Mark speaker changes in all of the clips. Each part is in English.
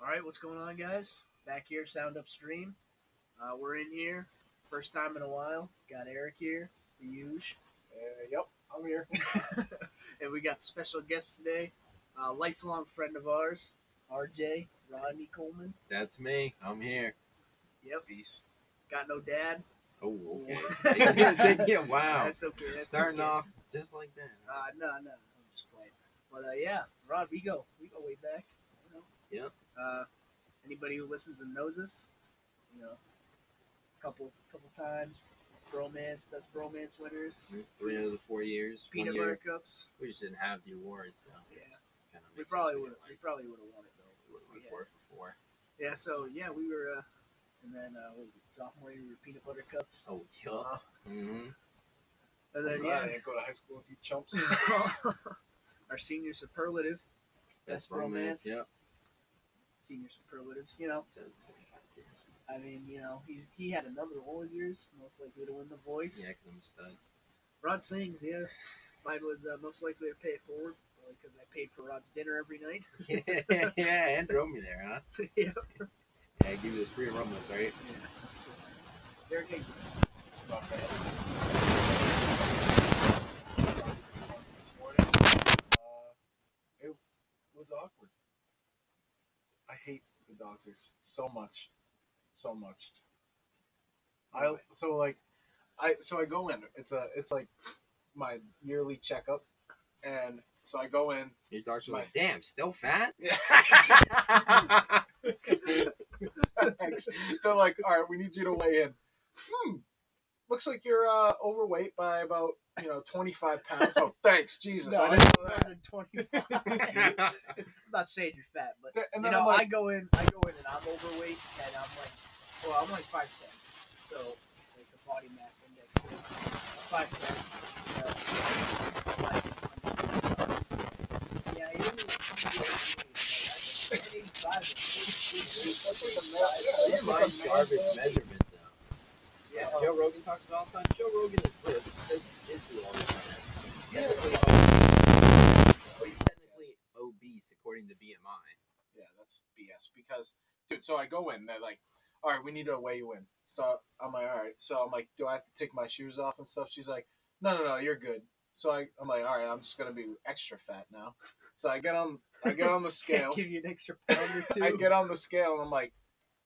Speaker 1: All right, what's going on, guys? Back here, Sound Upstream. Uh, we're in here, first time in a while. Got Eric here, the huge,
Speaker 2: Uh, yep, I'm here.
Speaker 1: and we got special guest today, uh, lifelong friend of ours, RJ Rodney Coleman.
Speaker 3: That's me. I'm here.
Speaker 1: Yep,
Speaker 3: Beast.
Speaker 1: got no dad.
Speaker 3: Oh, okay.
Speaker 1: Ooh.
Speaker 3: Take it- take it. wow.
Speaker 1: That's okay. That's
Speaker 3: Starting
Speaker 1: okay.
Speaker 3: off just like that.
Speaker 1: Uh, no, no, I'm just playing. But uh, yeah, Rod, we go, we go way back. You know.
Speaker 3: Yep.
Speaker 1: Uh, anybody who listens and knows us, you know, couple, couple times, bromance, best bromance winners,
Speaker 3: Three out of the four years. One
Speaker 1: peanut butter
Speaker 3: year,
Speaker 1: cups.
Speaker 3: we just didn't have the award, so
Speaker 1: Yeah.
Speaker 3: it's kind of
Speaker 1: We probably would, we probably would have won it though.
Speaker 3: went
Speaker 1: yeah.
Speaker 3: four for four.
Speaker 1: Yeah. So yeah, we were, uh, and then uh, what was it, sophomore year, we were peanut butter cups,
Speaker 3: Oh, yeah.
Speaker 1: Uh,
Speaker 3: hmm
Speaker 1: and
Speaker 2: I'm
Speaker 1: then
Speaker 2: glad I
Speaker 1: yeah,
Speaker 2: didn't go to high school with you chumps.
Speaker 1: our senior superlative, Best
Speaker 3: Best
Speaker 1: romance.
Speaker 3: romance. Yep.
Speaker 1: senior superlatives, you know. I mean, you know, he's he had another one was yours, most likely to win the voice.
Speaker 3: Yeah, because I'm a stud.
Speaker 1: Rod sings, yeah. Mine was uh, most likely to pay it forward because I paid for Rod's dinner every night.
Speaker 3: yeah, and drove me there, huh?
Speaker 1: yeah.
Speaker 3: Yeah, I give you the three aromas, right?
Speaker 1: So, there it goes.
Speaker 2: Not bad. This morning, uh, it was awkward. I hate the doctors so much, so much. I so like, I so I go in. It's a it's like my yearly checkup, and so I go in.
Speaker 3: Your doctor's
Speaker 2: My-
Speaker 3: like, damn, still fat?
Speaker 2: They're like, all right, we need you to weigh in. Hmm. Looks like you're uh, overweight by about you know 25 pounds. Oh, thanks, Jesus,
Speaker 1: No,
Speaker 2: I didn't know
Speaker 1: I'm
Speaker 2: that.
Speaker 1: 125. I'm not saying you're fat, but you
Speaker 2: And then
Speaker 1: know,
Speaker 2: I'm like,
Speaker 1: I go in, I go in, and I'm overweight, and I'm like, well, I'm like five ten, so like the body mass index, is five ten. You know, like, yeah, you're really- you're really like, I think
Speaker 3: That's
Speaker 1: I'm 85 or 86.
Speaker 3: like a garbage measurement, though.
Speaker 1: Yeah,
Speaker 3: Joe Rogan talks about all the time. Joe Rogan is this. This is who all the time. He's
Speaker 2: Yeah.
Speaker 3: technically obese. Well, he's technically obese according to BMI.
Speaker 2: yeah, that's BS. Because dude, so I go in. They're like, all right, we need to weigh you in. So I'm like, all right. So I'm like, do I have to take my shoes off and stuff? She's like, no, no, no, you're good. So I, I'm like, all right, I'm just gonna be extra fat now. So I get on, I get on the
Speaker 1: can't
Speaker 2: scale.
Speaker 1: give you an extra pound or two.
Speaker 2: I get on the scale and I'm like,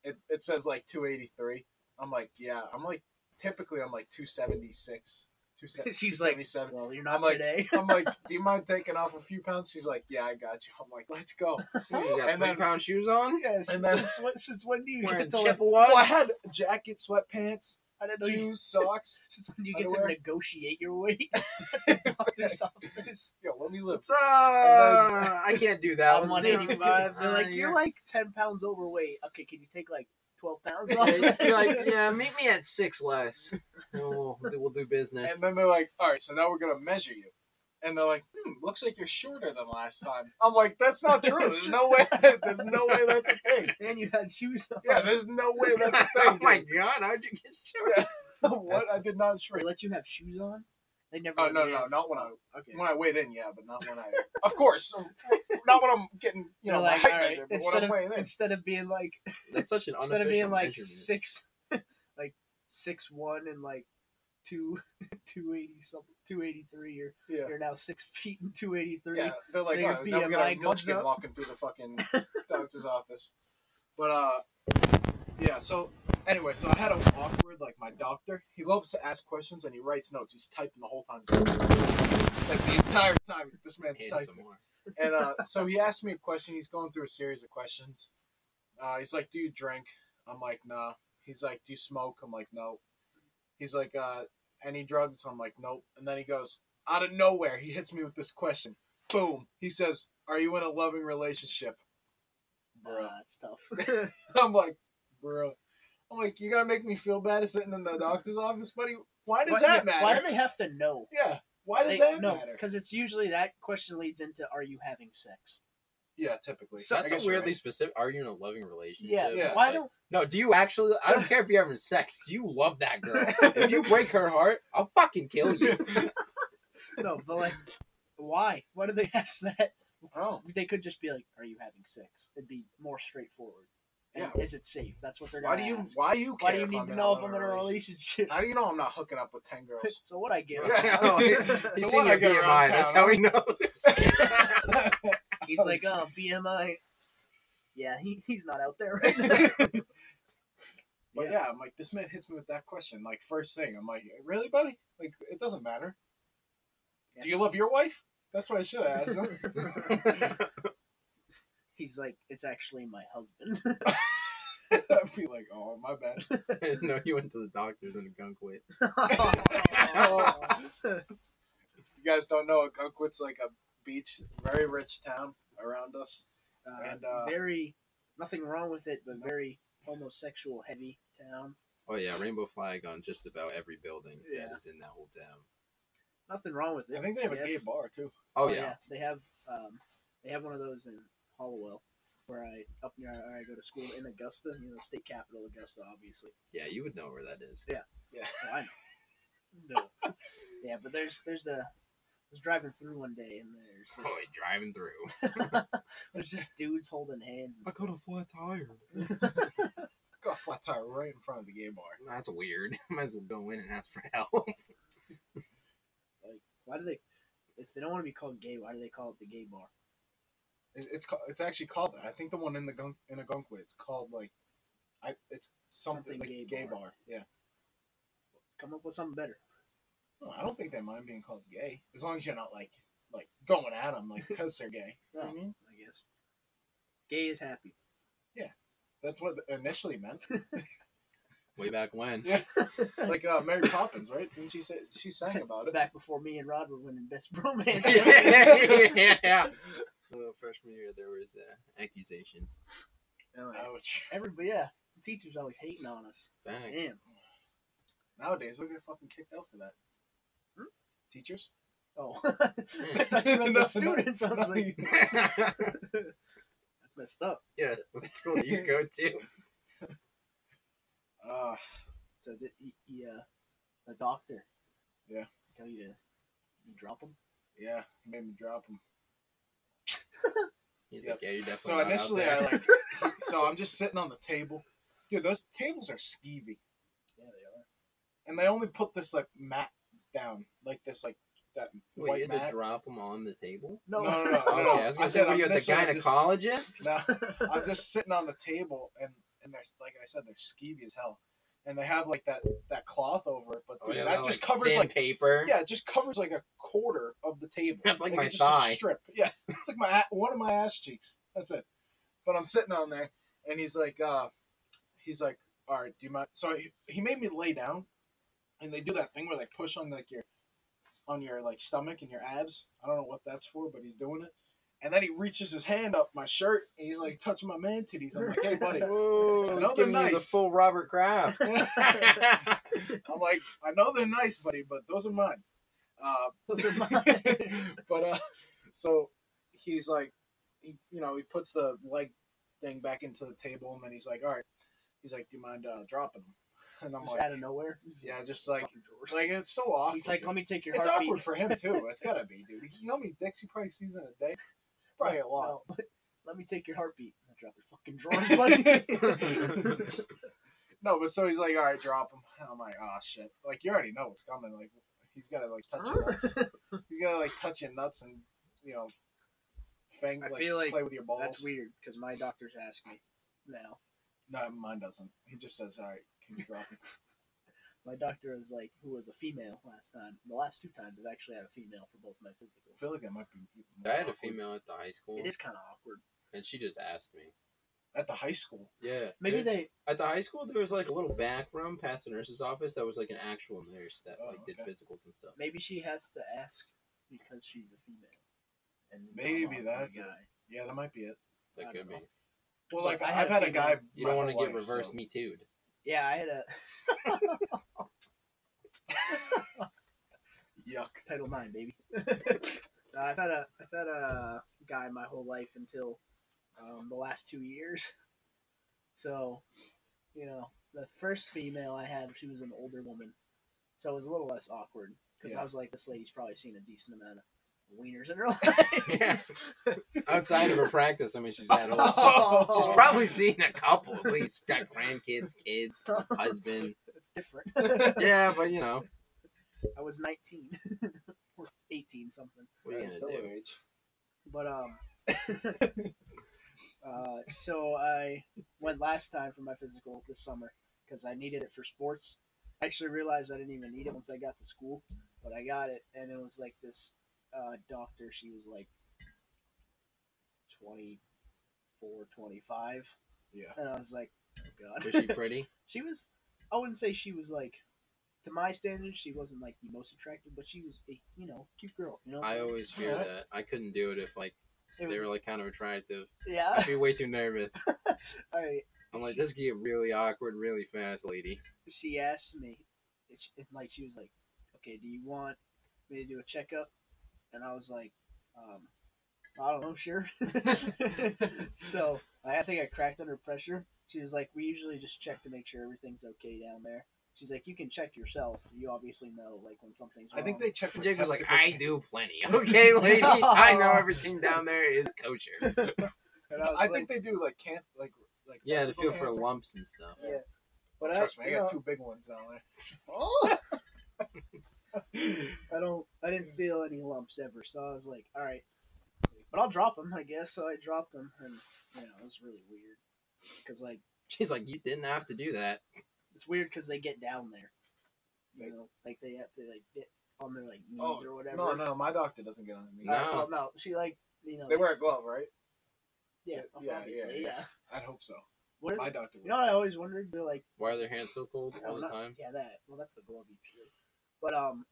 Speaker 2: it, it says like 283. I'm like, yeah. I'm like, typically I'm like 276. 277.
Speaker 1: She's like, well, you're not
Speaker 2: I'm like-
Speaker 1: today.
Speaker 2: I'm like, do you mind taking off a few pounds? She's like, yeah, I got you. I'm like, let's go.
Speaker 3: You got
Speaker 2: And
Speaker 3: three
Speaker 2: then-
Speaker 3: pound shoes on?
Speaker 2: Yes. And then,
Speaker 1: since, when, since when do you
Speaker 3: Wearing
Speaker 1: get to? Like,
Speaker 2: well, I
Speaker 3: Chippewas?
Speaker 2: had a jacket, sweatpants,
Speaker 1: I don't know. You,
Speaker 2: shoes, socks.
Speaker 1: since when do you get
Speaker 2: underwear.
Speaker 1: to negotiate your weight? at the doctor's office.
Speaker 2: Yo, let me live.
Speaker 3: What's up? I can't do that.
Speaker 1: I'm
Speaker 3: Let's do-
Speaker 1: 185. They're
Speaker 3: Uh,
Speaker 1: like, you're like 10 pounds overweight. Okay, can you take like 12 pounds off?
Speaker 3: Yeah, you're like, yeah, meet me at six less. And we'll, we'll do- we'll do business.
Speaker 2: And then they're like, all right, so now we're gonna measure you. And they're like, hmm, looks like you're shorter than last time. I'm like, that's not true. There's no way. There's no way that's a thing.
Speaker 1: And you had shoes on.
Speaker 2: Yeah, there's no way that's a thing.
Speaker 3: oh my
Speaker 2: dude.
Speaker 3: god, how'd you get short?
Speaker 2: what?
Speaker 3: That's-
Speaker 2: I did not
Speaker 1: They
Speaker 2: shrink.
Speaker 1: let you have shoes on? They never.
Speaker 2: Oh
Speaker 1: let
Speaker 2: no,
Speaker 1: me
Speaker 2: no,
Speaker 1: in.
Speaker 2: not when I
Speaker 1: Okay.
Speaker 2: when I weighed in, yeah, but not when I. Of course, not when I'm getting you
Speaker 1: You're
Speaker 2: know
Speaker 1: like,
Speaker 2: my height
Speaker 1: all right,
Speaker 2: measure, but when
Speaker 1: instead
Speaker 2: I'm
Speaker 1: of,
Speaker 2: weighing in.
Speaker 1: instead of being like,
Speaker 3: That's such an
Speaker 1: instead of being
Speaker 3: unofficial
Speaker 1: like
Speaker 3: measurement.
Speaker 1: six, like six one and like two, two eighty something, two eighty three. Or
Speaker 2: Yeah,
Speaker 1: you're now six feet and two eighty three.
Speaker 2: yeah. They're like,
Speaker 1: So your
Speaker 2: oh, now we
Speaker 1: BMI
Speaker 2: got a
Speaker 1: goes
Speaker 2: munchkin
Speaker 1: up?
Speaker 2: walking through the fucking doctor's office. But uh, yeah. So anyway, so I had an awkward like my doctor. He loves to ask questions and he writes notes. He's typing the whole time. Like the entire time, this man's
Speaker 3: Hand
Speaker 2: typing.
Speaker 3: some more.
Speaker 2: And uh, so he asked me a question. He's going through a series of questions. Uh, he's like, "Do you drink?" I'm like, "Nah." He's like, "Do you smoke?" I'm like, "No." He's like, uh, "Any drugs?" I'm like, "Nope." And then he goes out of nowhere. He hits me with this question. Boom. He says, "Are you in a loving relationship?"
Speaker 1: Nah,
Speaker 2: Bro,
Speaker 1: it's tough.
Speaker 2: I'm like, bro. I'm like, you gotta make me feel bad sitting in the doctor's office, buddy. Why does
Speaker 1: Why-
Speaker 2: that
Speaker 1: yeah,
Speaker 2: matter?
Speaker 1: Why do they have to know?
Speaker 2: yeah. Why does
Speaker 1: They-
Speaker 2: that
Speaker 1: no,
Speaker 2: matter?
Speaker 1: because it's usually that question leads into, are you having sex?
Speaker 2: Yeah, typically.
Speaker 3: So
Speaker 2: I
Speaker 3: that's
Speaker 2: guess
Speaker 3: a
Speaker 2: you're
Speaker 3: weirdly
Speaker 2: right.
Speaker 3: specific. Are you in a loving relationship?
Speaker 1: Yeah.
Speaker 2: Yeah.
Speaker 3: It's
Speaker 1: Why
Speaker 3: like,
Speaker 1: don't
Speaker 3: No, do you actually? I don't care if you're having sex. Do you love that girl? if you break her heart, I'll fucking kill you.
Speaker 1: No, but like, why? Why do they ask that?
Speaker 2: Oh,
Speaker 1: They could just be like, "Are you having sex? It'd be more straightforward. And
Speaker 2: Yeah.
Speaker 1: Is it safe? That's what they're
Speaker 2: why
Speaker 1: gonna
Speaker 2: do you?
Speaker 1: ask.
Speaker 2: Why do you? Care
Speaker 1: Why do you
Speaker 2: if
Speaker 1: need
Speaker 2: I'm
Speaker 1: to
Speaker 2: in
Speaker 1: know if I'm
Speaker 2: another
Speaker 1: in a relationship?
Speaker 2: How do you know I'm not hooking up with ten girls?
Speaker 1: so what I get?
Speaker 2: Yeah, I know.
Speaker 3: He's
Speaker 2: So
Speaker 3: seen
Speaker 2: what,
Speaker 3: your
Speaker 2: I get
Speaker 3: BMI.
Speaker 2: around
Speaker 3: That's
Speaker 2: town,
Speaker 3: how he knows.
Speaker 1: He's like, "Oh, BMI." Yeah, he, he's not out there right now.
Speaker 2: But yeah. I'm like, this man hits me with that question. Like, first thing, I'm like, really, buddy? Like, it doesn't matter. Do you love your wife? That's what I should have asked him.
Speaker 1: He's like, "It's actually my husband."
Speaker 2: I'd be like, oh, my bad.
Speaker 3: no, he went to the doctors and gunk with.
Speaker 2: Oh.
Speaker 1: Oh.
Speaker 2: You guys don't know, Gunkwit's like a beach, very rich town around us.
Speaker 1: Uh,
Speaker 2: And, uh,
Speaker 1: very nothing wrong with it, but very homosexual heavy town.
Speaker 3: Oh yeah, rainbow flag on just about every building
Speaker 1: Yeah.
Speaker 3: that is in that whole town.
Speaker 1: Nothing wrong with it.
Speaker 2: I think they have a gay
Speaker 1: yes.
Speaker 2: bar too.
Speaker 3: Oh yeah,
Speaker 1: they have um, they have one of those in Hollowell, where I up near where I go to school in Augusta, you know, state capital Augusta, obviously.
Speaker 3: yeah, you would know where that is.
Speaker 1: So I know. No. yeah, but there's there's a I was driving through one day and there's
Speaker 3: Boy,
Speaker 1: just,
Speaker 3: driving through.
Speaker 1: there's just dudes holding hands. And stuff.
Speaker 3: a flat tire.
Speaker 2: Got a flat tire right in front of the gay bar.
Speaker 3: That's weird. Might as well go in and ask for help.
Speaker 1: Why do they? If they don't want to be called gay, why do they call it the gay bar?
Speaker 2: It, it's ca- it's actually called that. I think the one in the gunk in a gunkwit. It's called like, I it's something,
Speaker 1: Something
Speaker 2: like
Speaker 1: gay
Speaker 2: gay,
Speaker 1: bar.
Speaker 2: bar. Yeah.
Speaker 1: Come up with something better.
Speaker 2: No, I don't think they mind being called gay as long as you're not like like going at them like because they're gay. You know what I mean?
Speaker 1: I guess. Gay is happy.
Speaker 2: That's what it initially meant.
Speaker 3: Way back when.
Speaker 2: Yeah. like uh, Mary Poppins, right? Didn't she say she sang about it?
Speaker 1: Back before me and Rod were winning best bromance.
Speaker 3: yeah. So freshman year, there was uh, accusations.
Speaker 1: Anyway,
Speaker 2: Ouch.
Speaker 1: Everybody, yeah. The teacher's always hating on us.
Speaker 3: Thanks.
Speaker 1: Damn.
Speaker 2: Nowadays, we get fucking kicked out for that.
Speaker 1: Hmm?
Speaker 2: Teachers.
Speaker 1: Oh. I thought you meant
Speaker 2: No,
Speaker 1: the
Speaker 2: no,
Speaker 1: students. I was
Speaker 2: no.
Speaker 1: like, that's messed up.
Speaker 3: yeah, what school do you go to?
Speaker 2: Uh,
Speaker 1: So, the, he, he, uh, the doctor.
Speaker 2: Yeah.
Speaker 1: Tell you to you drop him.
Speaker 2: yeah, made me drop them.
Speaker 3: He's
Speaker 2: Yep.
Speaker 3: like, yeah, you definitely.
Speaker 2: So
Speaker 3: not out
Speaker 2: initially,
Speaker 3: there.
Speaker 2: I like. so I'm just sitting on the table, dude. Those tables are skeevy,
Speaker 1: Yeah, they
Speaker 2: and they only put this like mat down, like this like that
Speaker 3: Wait, you
Speaker 2: white
Speaker 3: had to
Speaker 2: mat.
Speaker 3: drop them on the table?
Speaker 1: are.
Speaker 2: No, no, no, no.
Speaker 3: Okay,
Speaker 2: no.
Speaker 3: I was gonna
Speaker 2: said
Speaker 3: say, what are
Speaker 2: I'm
Speaker 3: you, the
Speaker 2: initially just-
Speaker 3: gynecologist?
Speaker 2: No, I'm just sitting on the table, and and they're like I said, they're skeevy as hell, and they have like that that cloth over it, but
Speaker 3: Oh,
Speaker 2: dude,
Speaker 3: yeah,
Speaker 2: that
Speaker 3: that,
Speaker 2: just
Speaker 3: like,
Speaker 2: covers
Speaker 3: thin
Speaker 2: like
Speaker 3: paper.
Speaker 2: yeah, it just covers like a quarter of the table.
Speaker 3: That's like my
Speaker 2: it's just a
Speaker 3: thigh.
Speaker 2: strip. Yeah, it's like my one of my ass cheeks. That's it. But I'm sitting on there, and he's like, uh, he's like, all right, do you mind? So he, he made me lay down, and they do that thing where they push on like your, on your like stomach and your abs. I don't know what that's for, but he's doing it. And then he reaches his hand up my shirt, and he's like touching my man titties. I'm like, hey buddy,
Speaker 3: Whoa, he's
Speaker 2: I know they're
Speaker 3: giving you the
Speaker 2: nice.
Speaker 3: full Robert Kraft.
Speaker 2: I'm like, I know they're nice, buddy, but those are mine. Uh,
Speaker 1: Those are mine.
Speaker 2: but uh, so he's like, he, you know, he puts the leg thing back into the table, and then he's like, all right. He's like, do you mind uh, dropping them? And I'm
Speaker 1: Just
Speaker 2: like,
Speaker 1: out of nowhere.
Speaker 2: yeah, just like,
Speaker 1: Drop your drawers.
Speaker 2: like it's so awkward.
Speaker 1: He's like, let me take your
Speaker 2: it's
Speaker 1: heartbeat.
Speaker 2: awkward for him too. It's gotta be, dude. You know how many dicks he probably sees in a day? Probably a lot.
Speaker 1: No, but let me take your heartbeat. I drop your fucking drawers, buddy.
Speaker 2: No, but so he's like, all right, drop him. And I'm like, oh shit. Like you already know what's coming. Like he's gotta like touch your nuts. he's gotta like touch your nuts and you know, fang.
Speaker 1: I
Speaker 2: like,
Speaker 1: feel like
Speaker 2: play with your balls.
Speaker 1: That's weird because my doctors ask me now.
Speaker 2: No, mine doesn't. He just says, all right, can you drop it?
Speaker 1: My doctor is like, who was a female last time. The last two times I've actually had a female for both my
Speaker 2: I
Speaker 1: physicals.
Speaker 2: feel like that might be.
Speaker 3: I had a female at the high school,
Speaker 1: It is kind of awkward.
Speaker 3: and she just asked me.
Speaker 2: at the high school.
Speaker 3: Yeah.
Speaker 1: Maybe
Speaker 3: dude.
Speaker 1: they.
Speaker 3: at the high school there was like a little back room past the nurse's office that was like an actual nurse that
Speaker 2: Oh,
Speaker 3: like did
Speaker 2: okay.
Speaker 3: physicals and stuff.
Speaker 1: Maybe she has to ask because she's a female. And not
Speaker 2: Maybe
Speaker 1: on the
Speaker 2: that's
Speaker 1: guy.
Speaker 2: Yeah, that might be it.
Speaker 3: That
Speaker 1: I
Speaker 3: could
Speaker 1: don't
Speaker 3: be.
Speaker 1: know.
Speaker 2: Well,
Speaker 1: Like,
Speaker 2: like
Speaker 1: I
Speaker 2: I've
Speaker 1: had
Speaker 2: had
Speaker 1: a
Speaker 2: a guy.
Speaker 3: You don't
Speaker 2: my
Speaker 3: want to
Speaker 2: whole
Speaker 3: get
Speaker 2: life, so-
Speaker 3: reverse me too.
Speaker 1: Yeah, I had a
Speaker 2: Yuck.
Speaker 1: Title Nine, baby. Uh, I've had a I've had a guy my whole life until um, the last two years. So, you know, the first female I had, she was an older woman, so it was a little less awkward because
Speaker 2: Yeah.
Speaker 1: I was like, this lady's probably seen a decent amount of wieners in her life.
Speaker 3: Yeah. Outside of her practice, I mean, she's that old. She's-
Speaker 2: Oh.
Speaker 3: She's probably seen a couple at least. Got grandkids, kids, husband.
Speaker 1: It's different.
Speaker 3: Yeah, but you know,
Speaker 1: I was 19 or 18 something.
Speaker 3: what are you
Speaker 2: That's
Speaker 3: gonna
Speaker 2: filler
Speaker 3: do?
Speaker 2: age.
Speaker 1: But um, uh, so I went last time for my physical this summer because I needed it for sports. I actually realized I didn't even need it once I got to school, but I got it, and it was like this uh, doctor. She was like 24, 25,
Speaker 2: Yeah.
Speaker 1: and I was like, oh
Speaker 3: Was
Speaker 1: God,
Speaker 3: she pretty?
Speaker 1: she was. I wouldn't say she was like. To my standards, she wasn't like the most attractive, but she was a you know cute girl. You know,
Speaker 3: I always fear
Speaker 2: Yeah.
Speaker 3: that. I couldn't do it if like
Speaker 1: It
Speaker 3: they
Speaker 1: was-
Speaker 3: were like kind of attractive.
Speaker 1: yeah.
Speaker 3: I'd be way too nervous.
Speaker 1: I
Speaker 3: I'm like, this could get really awkward really fast, lady.
Speaker 1: she asked me, and, she, and like she was like, "Okay, do you want me to do a checkup?" And I was like, um, "I don't know, sure." so like, I think I cracked under pressure. She was like, "We usually just check to make sure everything's okay down there." She's like, "You can check yourself. You obviously know like when something's." Wrong.
Speaker 2: I think they check for
Speaker 3: Jake was like,
Speaker 2: testicle-
Speaker 3: I do plenty. Okay, lady, I know everything down there is kosher.
Speaker 1: And I, was
Speaker 2: I
Speaker 1: like,
Speaker 2: think they do like can't like like
Speaker 3: Yeah, to
Speaker 2: testicle
Speaker 3: feel for
Speaker 2: cancer.
Speaker 3: lumps and stuff.
Speaker 1: Yeah. but
Speaker 2: Trust
Speaker 1: I,
Speaker 2: me, I
Speaker 1: you
Speaker 2: got
Speaker 1: know,
Speaker 2: two big ones down there.
Speaker 1: Oh! I don't. I didn't feel any lumps ever, so I was like, "All right," but I'll drop them, I guess. So I dropped them, and you know, it was really weird because like
Speaker 3: She's like, you didn't have to do that.
Speaker 1: it's weird because they get down there, you
Speaker 2: Like-
Speaker 1: know, like they have to like get on their like knees
Speaker 2: Oh,
Speaker 1: or whatever.
Speaker 2: No, no, my doctor doesn't get on the
Speaker 1: All
Speaker 2: knees.
Speaker 1: right,
Speaker 3: No.
Speaker 1: well, no, she like you know,
Speaker 2: They wear a glove, right?
Speaker 1: yeah,
Speaker 2: yeah, yeah,
Speaker 1: obviously, yeah.
Speaker 2: yeah. I'd hope so.
Speaker 1: What?
Speaker 2: My doctor would.
Speaker 1: you know what I always wondered? They're like.
Speaker 3: Why are their hands so cold
Speaker 1: No,
Speaker 3: all the
Speaker 1: not-
Speaker 3: time?
Speaker 1: Yeah, that. Well, that's the glove usually. But um,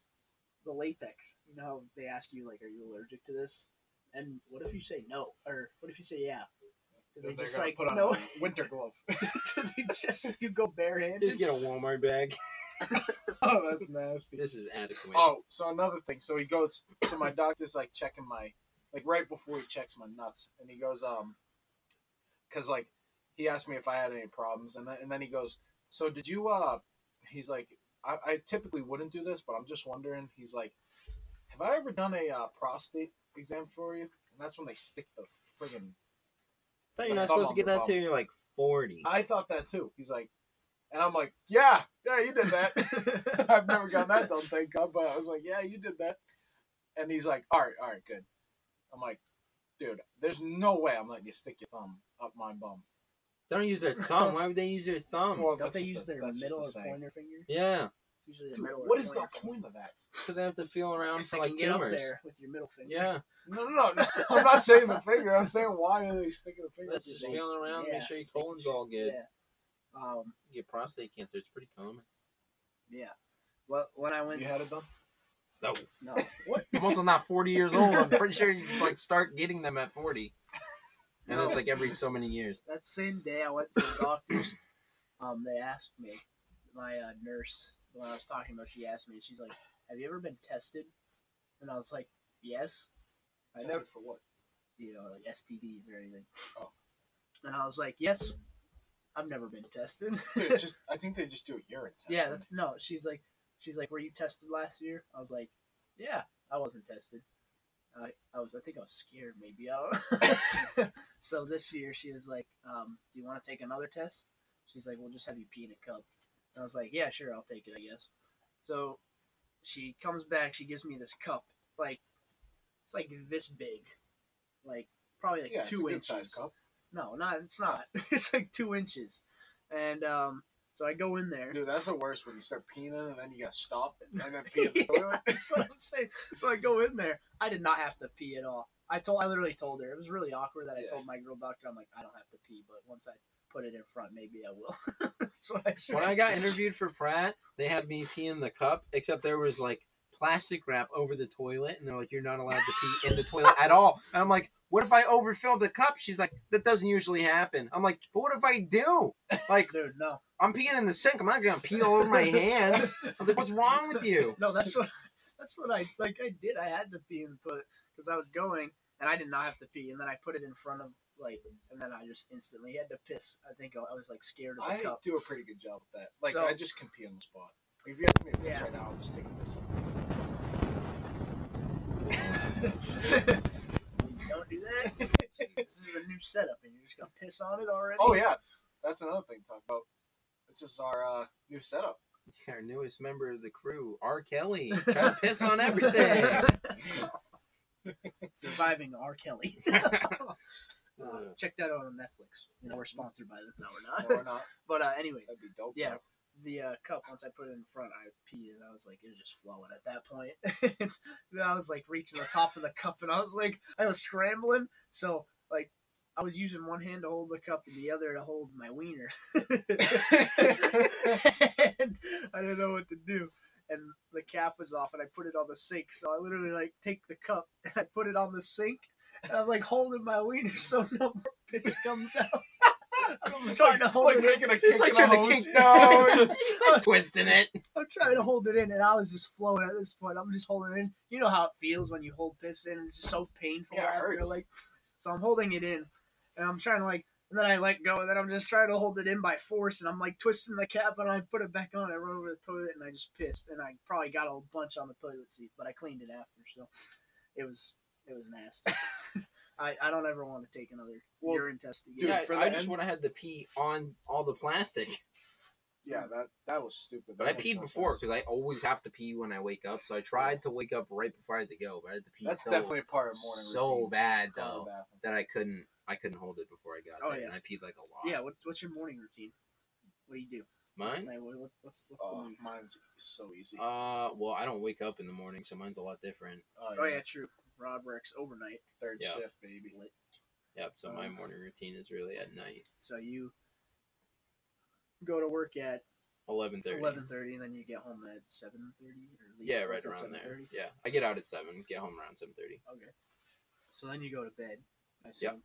Speaker 1: the latex. You know how they ask you like, "Are you allergic to this?" And what if you say no, or what if you say yeah? Do
Speaker 2: They're
Speaker 1: they just
Speaker 2: gonna
Speaker 1: like
Speaker 2: put on
Speaker 1: no?
Speaker 2: a winter glove.
Speaker 1: do they just do go barehanded?
Speaker 3: Just get a Walmart bag.
Speaker 2: oh, that's nasty.
Speaker 3: This is adequate.
Speaker 2: Oh, so another thing. So he goes. So my doctor's like checking my, like right before he checks my nuts, and he goes, um, cause like he asked me if I had any problems, and then and then he goes, so did you uh, he's like, I, I typically wouldn't do this, but I'm just wondering. He's like, have I ever done a uh, prostate exam for you? And that's when they stick the friggin'
Speaker 3: I thought you're not
Speaker 2: Come
Speaker 3: supposed to get
Speaker 2: on,
Speaker 3: that
Speaker 2: Bob.
Speaker 3: till you're like 40.
Speaker 2: I thought that too. He's like, and I'm like, yeah, yeah, you did that. I've never gotten that done, thank God. But I was like, yeah, you did that. And he's like, all right, all right, good. I'm like, dude, there's no way I'm letting you stick your thumb up my bum.
Speaker 3: Don't use their thumb. Why would they use their thumb?
Speaker 2: Well,
Speaker 1: Hmm, Don't
Speaker 2: that's
Speaker 1: they
Speaker 2: just
Speaker 1: use
Speaker 2: a-
Speaker 1: their
Speaker 2: that's just
Speaker 1: middle
Speaker 2: a
Speaker 1: or
Speaker 2: saying.
Speaker 1: pointer finger?
Speaker 3: yeah,
Speaker 1: It's usually their
Speaker 2: Dude,
Speaker 1: middle.
Speaker 2: what
Speaker 1: or
Speaker 2: is the
Speaker 1: pointer finger.
Speaker 2: point of that?
Speaker 3: because they have to feel around
Speaker 1: It's
Speaker 3: for
Speaker 1: like
Speaker 3: like
Speaker 1: get up
Speaker 3: tumors.
Speaker 1: there with your middle finger.
Speaker 3: Yeah,
Speaker 2: No, no, no, no. I'm not saying the finger. I'm saying why are they sticking the finger?
Speaker 3: that's
Speaker 2: up
Speaker 3: just
Speaker 2: your bum?
Speaker 3: feeling around.
Speaker 1: Yeah.
Speaker 3: Make sure your colon's all good.
Speaker 1: Yeah. Um.
Speaker 3: You get prostate cancer. It's pretty common.
Speaker 1: Yeah. Well, when I went,
Speaker 2: You had it done?
Speaker 3: No,
Speaker 1: no. What?
Speaker 3: I'm also not 40 years old. I'm pretty sure you like start getting them at 40, and it's like every so many years.
Speaker 1: that same day I went to the doctor's, um, they asked me, my uh, nurse, when I was talking about, she asked me, she's like, "Have you ever been tested?" And I was like, "Yes." I
Speaker 2: Tested
Speaker 1: never,
Speaker 2: for what?
Speaker 1: you know, like STDs or anything.
Speaker 2: Oh.
Speaker 1: And I was like, "Yes, I've never been tested."
Speaker 2: Dude, it's just I think they just do a urine test.
Speaker 1: yeah, that's no. She's like, she's like, "Were you tested last year?" I was like, "Yeah, I wasn't tested." I, I was, I think I was scared, maybe. I don't so this year she was like, um, "Do you want to take another test?" She's like, "We'll just have you pee in a cup." And I was like, "Yeah, sure, I'll take it, I guess." So she comes back, she gives me this cup, like it's like this big, like probably like
Speaker 2: yeah, it's a
Speaker 1: two
Speaker 2: good
Speaker 1: inches.
Speaker 2: size cup.
Speaker 1: No, not it's not. it's like two inches, and um, so I go in there.
Speaker 2: Dude, that's the worst when you start peeing in it and then you gotta stop and then pee in the toilet.
Speaker 1: That's what I'm saying. So I go in there. I did not have to pee at all. I told, I literally told her it was really awkward that I
Speaker 2: Yeah.
Speaker 1: told my girl doctor, I'm like, I don't have to pee, but once I put it in front, maybe I will. That's what I said.
Speaker 3: When I got interviewed for Pratt, they had me pee in the cup, except there was like plastic wrap over the toilet, and they're like, "You're not allowed to pee in the toilet at all." And I'm like, "What if I overfill the cup?" She's like, "That doesn't usually happen." I'm like, "But what if I do? Like,
Speaker 1: dude, no,
Speaker 3: I'm peeing in the sink. I'm not gonna pee all over my hands." I was like, "What's wrong with you?"
Speaker 1: no, that's what, that's what I like. I did. I had to pee in the toilet because I was going, and I did not have to pee, and then I put it in front of like, and then I just instantly had to piss. I think I I was like scared of the
Speaker 2: I
Speaker 1: cup.
Speaker 2: do a pretty good job with that. Like
Speaker 1: So-
Speaker 2: I just can pee on the spot. If you ask me to piss
Speaker 1: Yeah.
Speaker 2: right now, I'll just take a piss.
Speaker 1: Don't do that. this is a new setup, and you're just gonna piss on it already.
Speaker 2: Oh yeah, that's another thing to talk about. This is our uh, new setup.
Speaker 3: Our newest member of the crew, R. Kelly, trying to piss on everything.
Speaker 1: Surviving R. Kelly. Uh,
Speaker 3: Uh,
Speaker 1: check that out on Netflix. You know, we're sponsored by them. No,
Speaker 2: No,
Speaker 1: we're
Speaker 2: we're
Speaker 1: not.
Speaker 2: not.
Speaker 1: but uh, anyway,
Speaker 2: That'd be dope.
Speaker 1: yeah, the uh, cup. Once I put it in front, I peed, and I was like, it was just flowing at that point. then I was like reaching the top of the cup, and I was like, I was scrambling. So like, I was using one hand to hold the cup and the other to hold my wiener. and I didn't know what to do. And the cap was off, and I put it on the sink. So I literally like take the cup and I put it on the sink, and I'm like holding my wiener so no more piss comes out. I'm trying to hold
Speaker 2: like
Speaker 1: it. in.
Speaker 2: making a kick
Speaker 3: like
Speaker 2: in a
Speaker 3: trying to
Speaker 2: hose.
Speaker 3: kick- no, it's like twisting it.
Speaker 1: I'm trying to hold it in, and I was just flowing at this point. I'm just holding it in. You know how it feels when you hold piss in; it's just so painful
Speaker 2: Yeah, it
Speaker 1: after.
Speaker 2: hurts.
Speaker 1: Like, so I'm holding it in, and I'm trying to like, and then I let go, and then I'm just trying to hold it in by force, and I'm like twisting the cap, and I put it back on. I run over to the toilet, and I just pissed, and I probably got a bunch on the toilet seat, but I cleaned it after, so it was it was nasty. I, I don't ever want to take another
Speaker 2: Well,
Speaker 1: urine test again.
Speaker 2: Dude,
Speaker 3: yeah,
Speaker 2: for
Speaker 3: I
Speaker 2: the
Speaker 3: just
Speaker 2: end-
Speaker 3: would have had to pee on all the plastic.
Speaker 2: yeah, that that was stupid.
Speaker 3: But I
Speaker 2: That makes
Speaker 3: peed
Speaker 2: no
Speaker 3: before
Speaker 2: sense.
Speaker 3: because I always have to pee when I wake up. So I tried to wake up right before I had to go, but I had to pee
Speaker 2: That's
Speaker 3: so,
Speaker 2: definitely part of morning
Speaker 3: so
Speaker 2: routine.
Speaker 3: bad
Speaker 2: Going to
Speaker 3: though
Speaker 2: the bathroom.
Speaker 3: that I couldn't I couldn't hold it before I got
Speaker 1: Oh,
Speaker 3: there,
Speaker 1: yeah.
Speaker 3: and I peed like a lot.
Speaker 1: yeah, what, what's your morning routine? What do you do?
Speaker 3: mine.
Speaker 1: Like, what, what- what's what's the
Speaker 2: Oh,
Speaker 1: move?
Speaker 2: mine's so easy.
Speaker 3: Uh, well, I don't wake up in the morning, so mine's a lot different.
Speaker 1: Oh yeah, true. Rod works overnight,
Speaker 2: Third
Speaker 3: Yeah.
Speaker 2: shift, baby.
Speaker 3: Yep. So my
Speaker 2: Uh.
Speaker 1: Um,
Speaker 3: morning routine is really at night,
Speaker 1: so you go to work at
Speaker 3: eleven thirty.
Speaker 1: eleven thirty, and then you get home at seven thirty, or leave
Speaker 3: Yeah,
Speaker 1: work
Speaker 3: right
Speaker 1: at
Speaker 3: around there.
Speaker 1: 7:30?
Speaker 3: Yeah, I get out at seven, get home around seven thirty.
Speaker 1: Okay. So then you go to bed. I
Speaker 3: Yep.
Speaker 1: assume,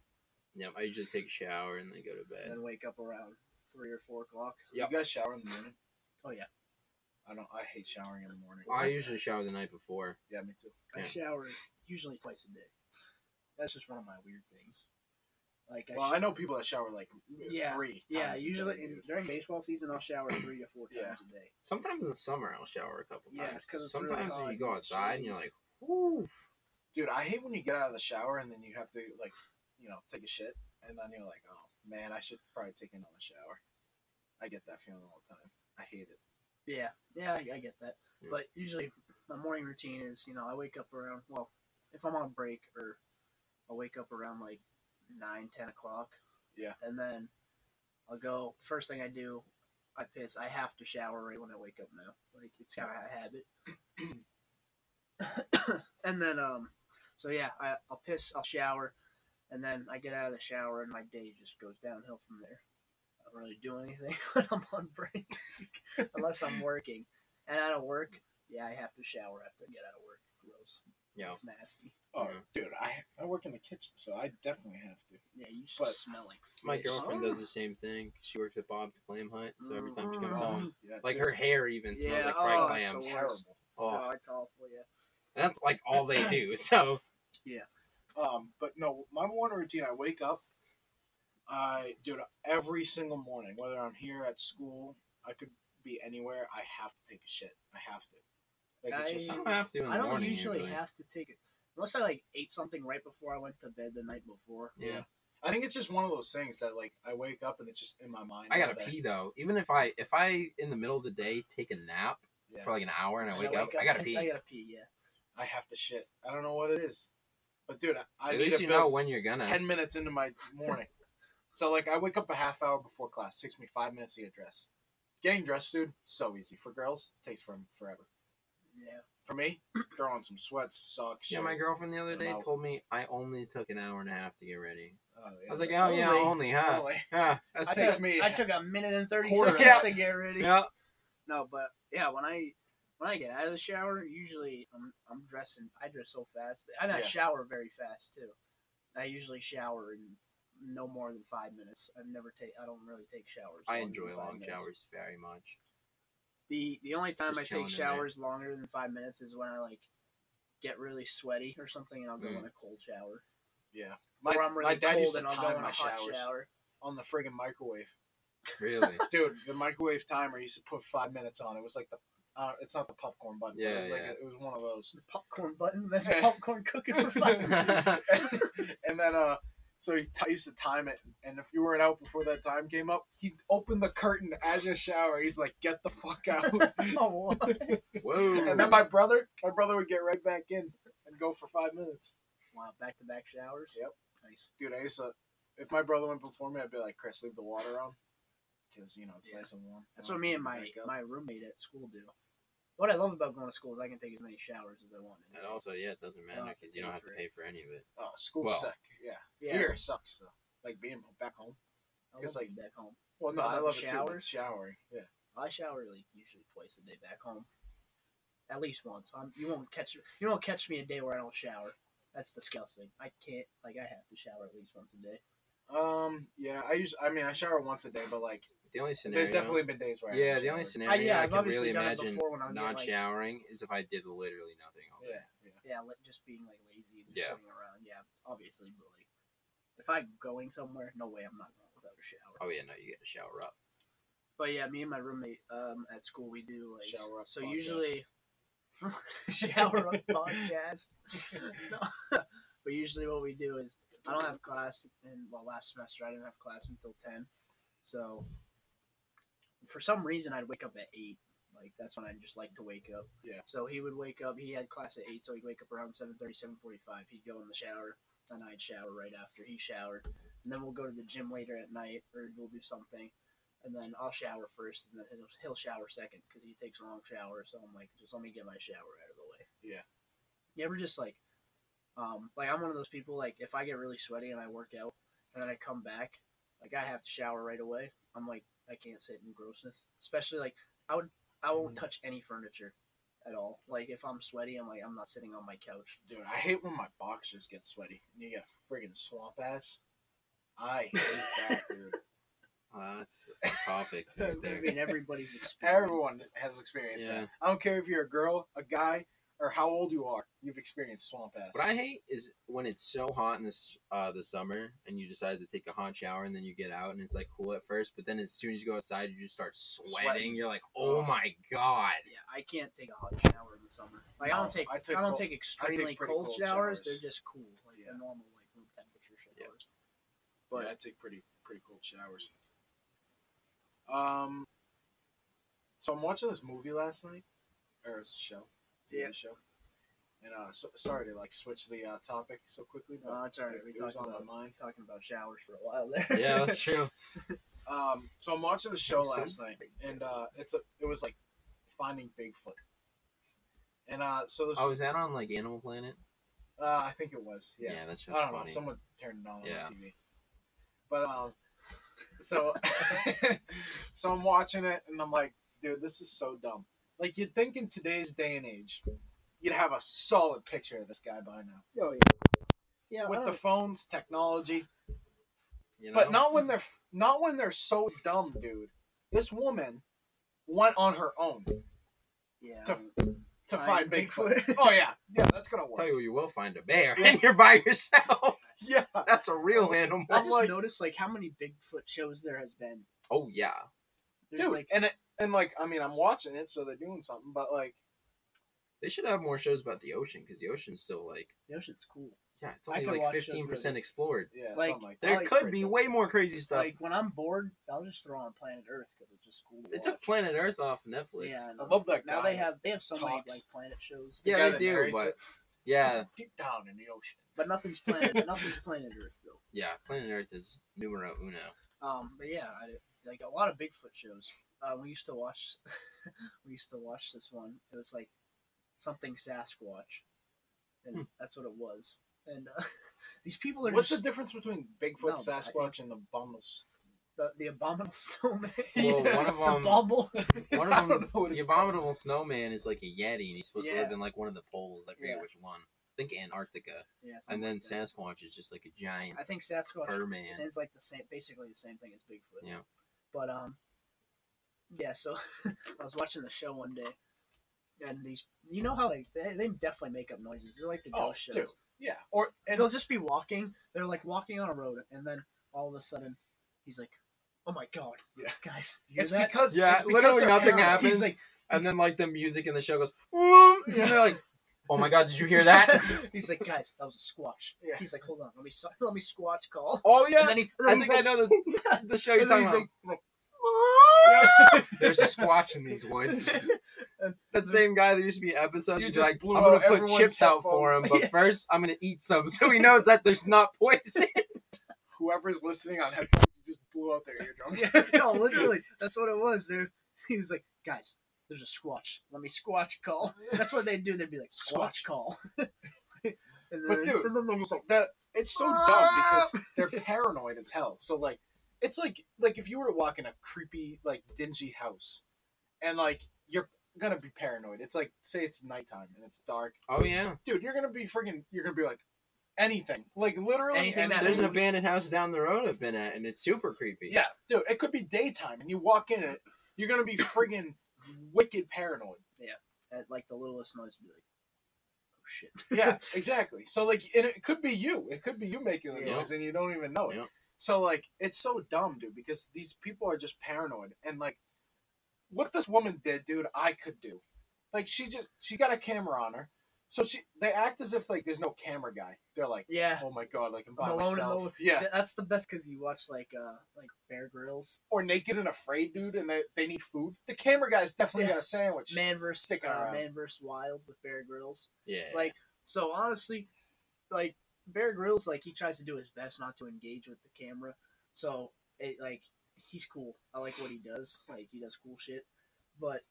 Speaker 3: Yeah, I usually take a shower and then go to
Speaker 1: And
Speaker 3: bed.
Speaker 1: then wake up around three or four o'clock.
Speaker 3: Yep.
Speaker 2: You guys shower in the morning?
Speaker 1: Oh, yeah.
Speaker 2: I don't. I hate showering in the morning.
Speaker 3: I usually shower the night before.
Speaker 2: Yeah, me too.
Speaker 1: I
Speaker 3: Yeah.
Speaker 1: shower usually twice a day. That's just one of my weird things. Like I
Speaker 2: Well,
Speaker 1: sh-
Speaker 2: I know people that shower like
Speaker 1: Yeah,
Speaker 2: three.
Speaker 1: yeah,
Speaker 2: times a
Speaker 1: usually
Speaker 2: day,
Speaker 1: in,
Speaker 2: dude.
Speaker 1: during baseball season I'll shower three to four times
Speaker 2: Yeah.
Speaker 1: a day.
Speaker 3: Sometimes in the summer I'll shower a couple
Speaker 1: Yeah,
Speaker 3: times.
Speaker 1: 'cause it's really
Speaker 3: sometimes
Speaker 1: hot
Speaker 3: when you go
Speaker 1: and
Speaker 3: outside
Speaker 1: chilly.
Speaker 3: and you're like, "Ooh,
Speaker 2: Dude, I hate when you get out of the shower and then you have to like, you know, take a shit, and then you're like, oh man, I should probably take another shower. I get that feeling all the time. I hate it.
Speaker 1: Yeah, yeah, I, I get that.
Speaker 3: Yeah.
Speaker 1: But usually, my morning routine is you know I wake up around well, if I'm on break or I'll wake up around like nine, ten o'clock.
Speaker 2: Yeah.
Speaker 1: And then I'll go. First thing I do, I piss. I have to shower right when I wake up now. Like it's kind of a habit. and then um, so yeah, I, I'll piss. I'll shower, and then I get out of the shower and my day just goes downhill from there. I don't really do anything when I'm on break unless I'm working. And out of work, yeah, I have to shower after I get out of work. Gross.
Speaker 3: Yeah.
Speaker 1: It's nasty.
Speaker 2: Oh,
Speaker 3: Yeah.
Speaker 2: dude, I I work in the kitchen, so I definitely have to.
Speaker 1: Yeah, you should
Speaker 2: But-
Speaker 1: smell like fish.
Speaker 3: my girlfriend
Speaker 2: Oh.
Speaker 3: does the same thing. She works at Bob's Clam Hut, so every time she comes
Speaker 1: Mm.
Speaker 3: home,
Speaker 2: yeah,
Speaker 3: Um, like
Speaker 2: dude,
Speaker 3: her hair even smells
Speaker 1: Yeah,
Speaker 3: like
Speaker 1: oh,
Speaker 3: fried
Speaker 1: it's
Speaker 3: clams.
Speaker 1: the worst.
Speaker 2: Terrible.
Speaker 3: Oh,
Speaker 1: Oh, it's awful, yeah.
Speaker 3: and that's like all they do. So
Speaker 2: Um, but no, my morning routine. I wake up. I dude, every single morning, whether I'm here at school, I could be anywhere. I have to take a shit. I have to. Like it's
Speaker 1: I-
Speaker 2: just,
Speaker 3: I don't have to in the
Speaker 1: I don't
Speaker 3: morning.
Speaker 1: usually
Speaker 3: usually.
Speaker 1: have to take it. Unless I like ate something right before I went to bed the night before.
Speaker 3: yeah.
Speaker 2: I think it's just one of those things that like I wake up and it's just in my mind.
Speaker 3: I gotta
Speaker 2: that-
Speaker 3: pee though. Even if I if I in the middle of the day take a nap
Speaker 2: Yeah,
Speaker 3: for like an hour and I
Speaker 1: Just
Speaker 3: wake, up, I gotta pee.
Speaker 1: I gotta pee, yeah.
Speaker 2: I have to shit. I don't know what it is, but dude, I, I
Speaker 3: At
Speaker 2: need
Speaker 3: least
Speaker 2: to
Speaker 3: you know
Speaker 2: build
Speaker 3: when you're gonna.
Speaker 2: ten minutes into my morning. so like I wake up a half hour before class. Takes me five minutes to get dressed. Getting dressed, dude, so easy for girls. Takes from forever.
Speaker 1: Yeah.
Speaker 2: For me, throw on some sweats, socks.
Speaker 3: yeah,
Speaker 2: shirt.
Speaker 3: my girlfriend the other
Speaker 2: I'm
Speaker 3: day
Speaker 2: out.
Speaker 3: told me I only took an hour and a half to get ready.
Speaker 2: Oh, yeah,
Speaker 3: I was like,
Speaker 2: that's-
Speaker 3: oh yeah,
Speaker 1: Only-
Speaker 3: only, huh?
Speaker 2: Totally.
Speaker 3: Huh,
Speaker 2: I
Speaker 3: that's
Speaker 2: takes
Speaker 1: took,
Speaker 2: me-
Speaker 1: I took a minute and thirty
Speaker 2: Quarter
Speaker 1: seconds
Speaker 3: hour.
Speaker 1: to get ready.
Speaker 3: Yeah.
Speaker 1: No, but yeah, when I when I get out of the shower, usually I'm I'm dressing. I dress so fast, and I
Speaker 2: Yeah.
Speaker 1: shower very fast too. I usually shower in no more than five minutes. I've never take. I don't really take showers.
Speaker 3: I
Speaker 1: longer
Speaker 3: enjoy
Speaker 1: than five
Speaker 3: long
Speaker 1: minutes.
Speaker 3: showers very much.
Speaker 1: The the only time
Speaker 3: Just
Speaker 1: I
Speaker 3: chilling
Speaker 1: take
Speaker 3: in there.
Speaker 1: showers longer than five minutes is when I like get really sweaty or something, and I'll go
Speaker 3: Mm.
Speaker 1: in a cold shower.
Speaker 2: Yeah. My,
Speaker 1: or I'm really
Speaker 2: my dad
Speaker 1: cold
Speaker 2: used to
Speaker 1: and I'll
Speaker 2: time
Speaker 1: go in a
Speaker 2: my
Speaker 1: hot
Speaker 2: showers
Speaker 1: shower.
Speaker 2: on the friggin' microwave.
Speaker 3: Really?
Speaker 2: Dude, the microwave timer used to put five minutes on. It was like the Uh, it's not the popcorn button. but it
Speaker 3: Yeah,
Speaker 2: was like
Speaker 3: yeah.
Speaker 2: a- it was one of those.
Speaker 1: The popcorn button. That's popcorn cooking for five minutes.
Speaker 2: and then, uh, so he t- used to time it, and if you weren't out before that time came up, he opened the curtain as you shower. He's like, "Get the fuck out!"
Speaker 1: Oh, what?
Speaker 3: Whoa.
Speaker 2: and then my brother, my brother would get right back in and go for five minutes.
Speaker 1: Wow, back to back showers.
Speaker 2: Yep.
Speaker 1: Nice.
Speaker 2: Dude, I used to. If my brother went before me, I'd be like, "Chris, leave the water on," because you know it's
Speaker 1: Yeah.
Speaker 2: nice and warm.
Speaker 1: That's what me and my
Speaker 2: Back up.
Speaker 1: my roommate at school do. What I love about going to school is I can take as many showers as I want.
Speaker 3: And also, yeah, it doesn't
Speaker 1: don't
Speaker 3: matter
Speaker 1: have to
Speaker 3: because you don't
Speaker 1: pay
Speaker 3: have to
Speaker 1: for it.
Speaker 3: pay for any of it.
Speaker 2: Oh, school
Speaker 3: Well.
Speaker 2: suck. Yeah.
Speaker 1: Yeah,
Speaker 2: here sucks though. Like being back home.
Speaker 1: I
Speaker 2: it's
Speaker 1: love
Speaker 2: like-
Speaker 1: being back home.
Speaker 2: Well, no,
Speaker 1: How
Speaker 2: I
Speaker 1: about
Speaker 2: love
Speaker 1: the
Speaker 2: it too. But
Speaker 1: showers?
Speaker 2: showering, yeah.
Speaker 1: I shower like usually twice a day back home, at least once. I'm, you won't catch you won't catch me a day where I don't shower. That's disgusting. I can't like I have to shower at least once a day.
Speaker 2: Um, yeah, I use. I mean, I shower once a day, but like,
Speaker 3: The only scenario.
Speaker 2: there's definitely been days where I
Speaker 3: Yeah,
Speaker 2: haven't
Speaker 3: the only
Speaker 2: showered.
Speaker 1: I,
Speaker 3: scenario
Speaker 1: yeah,
Speaker 3: I,
Speaker 1: I've
Speaker 3: can
Speaker 1: obviously
Speaker 3: really
Speaker 1: done it
Speaker 3: imagine
Speaker 1: before when I'm
Speaker 3: not
Speaker 1: like,
Speaker 3: showering is if I did literally nothing. All day.
Speaker 2: Yeah, yeah.
Speaker 1: yeah, like, just being like lazy and just
Speaker 3: Yeah.
Speaker 1: sitting around. Yeah, obviously, but like if I'm going somewhere, no way I'm not going without a shower.
Speaker 3: Oh yeah, no, you get to shower up.
Speaker 1: But yeah, me and my roommate um, at school we do like
Speaker 2: Shower up
Speaker 1: So
Speaker 2: podcast.
Speaker 1: usually, shower up podcast. No. but usually, what we do is I don't have class, and well, last semester I didn't have class until ten. So for some reason, I'd wake up at eight. Like that's when I just like to wake up.
Speaker 2: Yeah.
Speaker 1: So he would wake up. He had class at eight, so he'd wake up around 7.30, 7.45. He'd go in the shower, and I'd shower right after he showered, and then we'll go to the gym later at night, or we'll do something and then I'll shower first, and then he'll, he'll shower second because he takes a long shower. So I'm like, just let me get my shower out of the way.
Speaker 2: Yeah.
Speaker 1: You ever just like, um, like I'm one of those people like if I get really sweaty and I work out and then I come back, like I have to shower right away. I'm like, I can't sit in grossness, especially like I would, I
Speaker 2: Mm-hmm.
Speaker 1: won't touch any furniture at all. Like if I'm sweaty, I'm like, I'm not sitting on my couch.
Speaker 2: dude, I hate when my boxers get sweaty and you get friggin' swamp ass. I hate that, dude.
Speaker 3: Uh, that's a topic right
Speaker 1: I
Speaker 3: there.
Speaker 1: mean, everybody's experience.
Speaker 2: Everyone has experienced
Speaker 3: Yeah.
Speaker 2: that. I don't care if you're a girl, a guy, or how old you are. You've experienced swamp ass.
Speaker 3: What I hate is when it's so hot in this uh, the summer and you decide to take a hot shower and then you get out and it's like cool at first, but then as soon as you go outside, you just start sweating.
Speaker 2: Sweating.
Speaker 3: You're like, oh
Speaker 2: Oh.
Speaker 3: my god.
Speaker 1: Yeah, I can't take a hot shower in the summer. Like I
Speaker 2: No,
Speaker 1: don't take
Speaker 2: I
Speaker 1: I,
Speaker 2: took
Speaker 1: don't
Speaker 2: cold-
Speaker 1: take extremely
Speaker 2: pretty
Speaker 1: cold,
Speaker 2: cold
Speaker 1: showers.
Speaker 2: showers.
Speaker 1: They're just cool, like
Speaker 2: Yeah.
Speaker 1: the normal like room temperature
Speaker 3: Yeah.
Speaker 1: showers.
Speaker 2: but I take pretty pretty cold showers. Um, so I'm watching this movie last night, or it's a show, TV
Speaker 1: Yeah.
Speaker 2: show, and uh, so, sorry to like switch the uh, topic so quickly, but
Speaker 1: No, it's alright.
Speaker 2: it,
Speaker 1: We
Speaker 2: it was
Speaker 1: talked
Speaker 2: on
Speaker 1: about
Speaker 2: my mind.
Speaker 1: talking about showers for a while there.
Speaker 3: Yeah, that's true.
Speaker 2: Um, so I'm watching the show
Speaker 3: Some-
Speaker 2: last night, and uh, it's a it was like Finding Bigfoot, and uh, so this
Speaker 3: Oh, is that on like Animal Planet?
Speaker 2: uh, I think it was yeah.
Speaker 3: that's just
Speaker 2: I don't
Speaker 3: funny.
Speaker 2: know. Someone turned it on
Speaker 3: Yeah.
Speaker 2: on TV. But um, so so I'm watching it and I'm like, dude, this is so dumb. Like you'd think in today's day and age, you'd have a solid picture of this guy by now.
Speaker 1: Oh, yeah. Yeah, I
Speaker 2: With the
Speaker 1: don't-
Speaker 2: phones, technology,
Speaker 3: You know?
Speaker 2: but not when they're not when they're so dumb, dude. This woman went on her own
Speaker 1: yeah.
Speaker 2: to- to
Speaker 1: Find
Speaker 2: find Bigfoot.
Speaker 1: Bigfoot.
Speaker 2: oh yeah, yeah, that's gonna
Speaker 3: I'll tell
Speaker 2: work.
Speaker 3: you, what, you will find a bear, and you're by yourself.
Speaker 2: Yeah,
Speaker 3: That's a real animal.
Speaker 1: I just
Speaker 2: like-
Speaker 1: noticed like how many Bigfoot shows there has been.
Speaker 3: Oh yeah.
Speaker 1: There's
Speaker 2: dude,
Speaker 1: like
Speaker 2: and it, and like I mean, I'm watching it, so they're doing something, but like.
Speaker 3: They should have more shows about the ocean because the ocean's still like
Speaker 1: the ocean's cool.
Speaker 3: yeah, it's
Speaker 1: I
Speaker 3: only
Speaker 1: could
Speaker 3: like
Speaker 1: watch shows with
Speaker 3: fifteen percent
Speaker 1: it.
Speaker 3: explored.
Speaker 2: Yeah,
Speaker 1: Like,
Speaker 2: something like that.
Speaker 3: There
Speaker 1: like
Speaker 3: could be way more crazy stuff.
Speaker 1: Like when I'm bored, I'll just throw on Planet Earth because it's just cool. To
Speaker 3: they took
Speaker 1: watch.
Speaker 3: Planet Earth off Netflix.
Speaker 1: Yeah,
Speaker 2: I
Speaker 1: know.
Speaker 2: love that
Speaker 1: Now
Speaker 2: guy
Speaker 1: they
Speaker 2: that
Speaker 1: have they have so many
Speaker 2: talks.
Speaker 1: like planet shows.
Speaker 2: The
Speaker 3: Yeah,
Speaker 2: guy
Speaker 3: they
Speaker 2: that
Speaker 3: do,
Speaker 2: narrates
Speaker 3: but-
Speaker 2: it.
Speaker 3: Yeah,
Speaker 2: deep down in the ocean.
Speaker 1: But nothing's planet. nothing's Planet Earth though.
Speaker 3: yeah. Planet Earth is numero uno.
Speaker 1: Um, but yeah, I, like a lot of Bigfoot shows. Uh, we used to watch. we used to watch this one. It was like something Sasquatch, and
Speaker 3: Hmm.
Speaker 1: that's what it was. And uh, these people are
Speaker 2: What's the
Speaker 1: just
Speaker 2: difference between Bigfoot,
Speaker 1: No, I
Speaker 2: Sasquatch, and the bundles?
Speaker 1: the, the abominable snowman.
Speaker 3: Well, one of
Speaker 1: the
Speaker 3: them,
Speaker 1: bubble.
Speaker 3: one
Speaker 2: I
Speaker 3: of
Speaker 2: don't
Speaker 3: them,
Speaker 2: know what
Speaker 3: the
Speaker 2: it's called.
Speaker 3: abominable snowman is like a yeti, and he's supposed to
Speaker 1: Yeah.
Speaker 3: live in like one of the poles. I forget
Speaker 1: Yeah.
Speaker 3: which one. I think Antarctica,
Speaker 1: Yeah,
Speaker 3: and
Speaker 1: something
Speaker 3: then
Speaker 1: like that.
Speaker 3: Sasquatch is just like a giant
Speaker 1: I think Sasquatch
Speaker 3: fur
Speaker 1: And
Speaker 3: man.
Speaker 1: it's like the same, basically the same thing as Bigfoot.
Speaker 3: Yeah.
Speaker 1: But um, yeah. So I was watching the show one day, and these, you know how like they, they definitely make up noises. They're like the
Speaker 2: Oh,
Speaker 1: ghost shows.
Speaker 2: dude. Yeah, or
Speaker 1: And
Speaker 2: and
Speaker 1: they'll just be walking. They're like walking on a road, and then all of a sudden, he's like, "Oh my god,
Speaker 2: Yeah.
Speaker 1: guys, you hear
Speaker 2: it's
Speaker 1: that?"
Speaker 2: because
Speaker 3: Yeah,
Speaker 2: it's because
Speaker 3: literally
Speaker 2: they're
Speaker 3: nothing
Speaker 2: paranoid.
Speaker 3: happens.
Speaker 1: He's like,
Speaker 3: and then like the music in the show goes, "Whoom," and they're like, "Oh my god, did you hear that?"
Speaker 1: He's like, guys, that was a squatch.
Speaker 2: Yeah.
Speaker 1: He's like, hold on, let me so- let me squatch call.
Speaker 3: Oh yeah,
Speaker 1: And then he, and
Speaker 3: I
Speaker 1: then
Speaker 3: think
Speaker 1: he's like,
Speaker 3: I know the, the show you're
Speaker 1: and then
Speaker 3: talking
Speaker 1: he's
Speaker 3: about.
Speaker 1: like,
Speaker 3: There's a squatch in these woods. That same guy that used to be in episodes,
Speaker 2: You
Speaker 3: he'd be
Speaker 2: just
Speaker 3: like, I'm
Speaker 2: blew
Speaker 3: gonna
Speaker 2: out
Speaker 3: put
Speaker 2: everyone's
Speaker 3: chips out for him,
Speaker 2: headphones."
Speaker 3: but first I'm gonna eat some so he knows that there's not poison.
Speaker 2: Whoever's listening on headphones, you just blew out their eardrums.
Speaker 1: yeah, no, literally, that's what it was, dude. He was like, guys, there's a squatch. Let me squatch call. That's what they'd do. They'd be like, squatch
Speaker 2: Squatch.
Speaker 1: call. And
Speaker 2: But
Speaker 1: then-
Speaker 2: dude,
Speaker 1: and then they're just like,
Speaker 2: that it's so dumb
Speaker 3: "Ah!"
Speaker 2: because they're paranoid as hell. So like, it's like like if you were to walk in a creepy like dingy house, and like you're gonna be paranoid. It's like say it's nighttime and it's dark,
Speaker 3: Oh yeah.
Speaker 2: dude. You're gonna be freaking. You're gonna be like anything, like literally
Speaker 1: Anything that
Speaker 3: There's an
Speaker 1: moves.
Speaker 3: abandoned house down the road I've been at and it's super creepy.
Speaker 2: Yeah, dude. It could be daytime, and you walk in it, you're gonna be friggin' wicked paranoid.
Speaker 1: at like the littlest noise, be like, oh shit.
Speaker 2: yeah, exactly. So like, and it could be you. It could be you making the
Speaker 3: Yeah.
Speaker 2: noise, and you don't even know it.
Speaker 3: Yeah.
Speaker 2: So like, it's so dumb, dude, because these people are just paranoid. And like, what this woman did, dude, I could do. Like, she just she got a camera on her, so she they act as if like there's no camera guy. They're like,
Speaker 1: Yeah.
Speaker 2: oh my god, like I'm by
Speaker 1: I'm alone in the
Speaker 2: myself.
Speaker 1: woods.
Speaker 2: Yeah,
Speaker 1: Th- That's the best because you watch like uh like Bear Grylls,
Speaker 2: or naked and afraid, dude, and they, they need food. The camera guy's definitely
Speaker 1: Yeah.
Speaker 2: got a sandwich.
Speaker 1: Man versus
Speaker 2: Sticking
Speaker 1: uh,
Speaker 2: around.
Speaker 1: Man versus Wild with Bear Grylls.
Speaker 3: Yeah.
Speaker 1: Like so, honestly, like Bear Grylls, like he tries to do his best not to engage with the camera. So it like he's cool. I like what he does. Like he does cool shit. But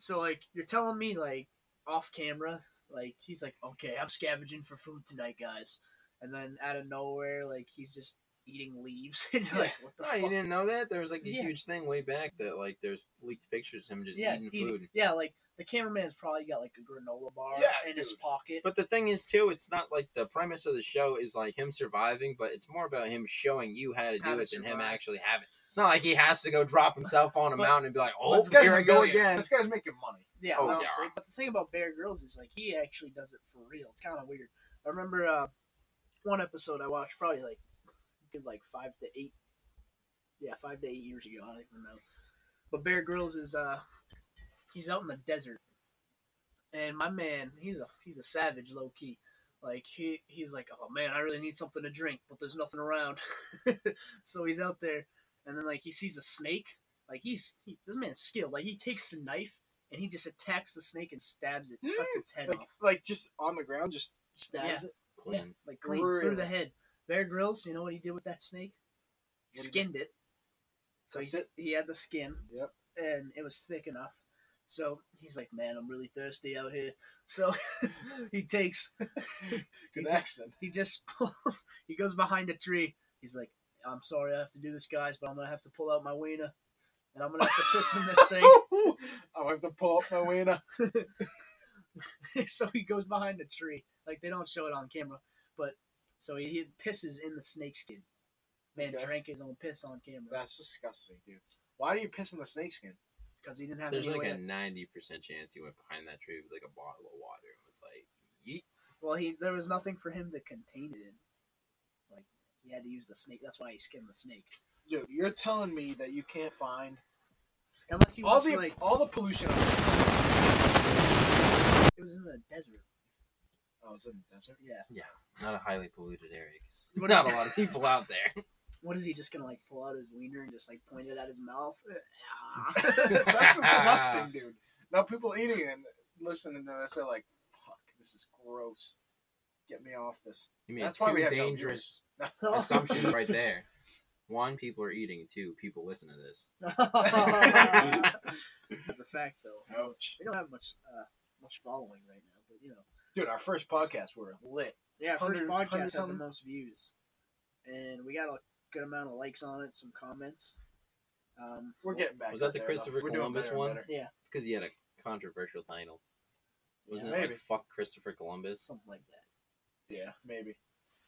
Speaker 1: so like you're telling me like off camera, like he's like, okay, I'm scavenging for food tonight, guys. And then out of nowhere, like he's just eating leaves, and you're like, what the
Speaker 3: no,
Speaker 1: fuck?
Speaker 3: you didn't know that? There was like a
Speaker 1: Yeah.
Speaker 3: huge thing way back that like there's leaked pictures of him just eating
Speaker 1: he-
Speaker 3: food.
Speaker 1: Yeah, like the cameraman's probably got like a granola bar
Speaker 2: Yeah,
Speaker 1: in his
Speaker 2: dude.
Speaker 1: pocket.
Speaker 3: But the thing is too, it's not like the premise of the show is like him surviving, but it's more about him showing you how to do
Speaker 1: How to
Speaker 3: it than him
Speaker 1: survive.
Speaker 3: actually having. It's not like he has to go drop himself on a
Speaker 2: But-
Speaker 3: mountain and be like, "Oh,
Speaker 2: Well, this guy's
Speaker 3: here
Speaker 2: a
Speaker 3: I go
Speaker 2: millionaire.
Speaker 3: again."
Speaker 2: This guy's making money.
Speaker 1: Yeah,
Speaker 3: Oh,
Speaker 1: honestly.
Speaker 3: yeah.
Speaker 1: But the thing about Bear Grylls is like he actually does it for real. It's kind of weird. I remember uh, one episode I watched probably like good like five to eight, yeah, five to eight years ago. I don't even know. But Bear Grylls is uh, he's out in the desert, and my man, he's a he's a savage low key. Like he he's like, oh man, I really need something to drink, but there's nothing around. so he's out there, and then like he sees a snake. Like he's he, this man's skilled. Like he takes the knife and he just attacks the snake and stabs it, cuts its head
Speaker 2: Like,
Speaker 1: off.
Speaker 2: like just on the ground, just stabs it.
Speaker 1: Yeah,
Speaker 3: Clean.
Speaker 1: like clean through
Speaker 2: Really?
Speaker 1: the head. Bear Grylls, you know what he did with that snake?
Speaker 2: What did he
Speaker 1: Skinned it. So he,
Speaker 2: Cooked it?
Speaker 1: he had the skin.
Speaker 2: Yep.
Speaker 1: And it was thick enough. So he's like, man, I'm really thirsty out here. So he takes, he
Speaker 2: Good
Speaker 1: just,
Speaker 2: accent.
Speaker 1: he just pulls, he goes behind a tree. He's like, I'm sorry I have to do this, guys, but I'm going to have to pull out my wiener. And I'm going to have to piss in this thing.
Speaker 2: oh, I have to pull up my wiener.
Speaker 1: so he goes behind the tree. Like they don't show it on camera, but so he, he pisses in the snakeskin. Man
Speaker 2: Okay.
Speaker 1: drank his own piss on camera
Speaker 2: That's disgusting, dude. Why do you piss in the snakeskin?
Speaker 1: because he didn't have
Speaker 3: There's
Speaker 1: any
Speaker 3: like
Speaker 1: way.
Speaker 3: a
Speaker 1: to-
Speaker 3: ninety percent chance he went behind that tree with like a bottle of water and was like, "Yeet."
Speaker 1: well, he there was nothing for him to contain it in. Like he had to use the snake. That's why he skinned the snake.
Speaker 2: Dude, you're telling me that you can't find
Speaker 1: Unless he
Speaker 2: all
Speaker 1: was
Speaker 2: the
Speaker 1: like
Speaker 2: all the pollution. on this-
Speaker 1: it was in the desert.
Speaker 2: Oh, it's in the desert.
Speaker 1: Yeah.
Speaker 3: Not a highly polluted area. 'cause
Speaker 1: What
Speaker 3: not
Speaker 1: is-
Speaker 3: a lot of people out there.
Speaker 1: What is he just gonna like pull out his wiener and just like point it at his mouth? Ah.
Speaker 2: That's disgusting, dude. Now people eating it and listening to this are like, "Fuck, this is gross. Get me off this."
Speaker 3: You mean
Speaker 2: That's
Speaker 3: two
Speaker 2: why we have no
Speaker 3: dangerous
Speaker 2: No.
Speaker 3: assumptions right there. One, people are eating. Two, people listen to this.
Speaker 1: That's a fact, though.
Speaker 2: Ouch.
Speaker 1: We don't have much uh, much following right now, but you know.
Speaker 2: Dude, our first podcast were lit.
Speaker 1: Yeah, first
Speaker 2: 100
Speaker 1: podcast had the
Speaker 2: something.
Speaker 1: most views, and we got a good amount of likes on it, some comments. Um,
Speaker 2: We're getting back.
Speaker 3: Was that
Speaker 2: up
Speaker 3: the
Speaker 2: there, though.
Speaker 3: Christopher
Speaker 2: We're doing
Speaker 3: Columbus
Speaker 2: better and
Speaker 3: one?
Speaker 2: better.
Speaker 3: It's because he had a controversial title. Wasn't it
Speaker 2: Maybe.
Speaker 3: like "Fuck Christopher Columbus"?
Speaker 1: something like that.
Speaker 2: Yeah, maybe.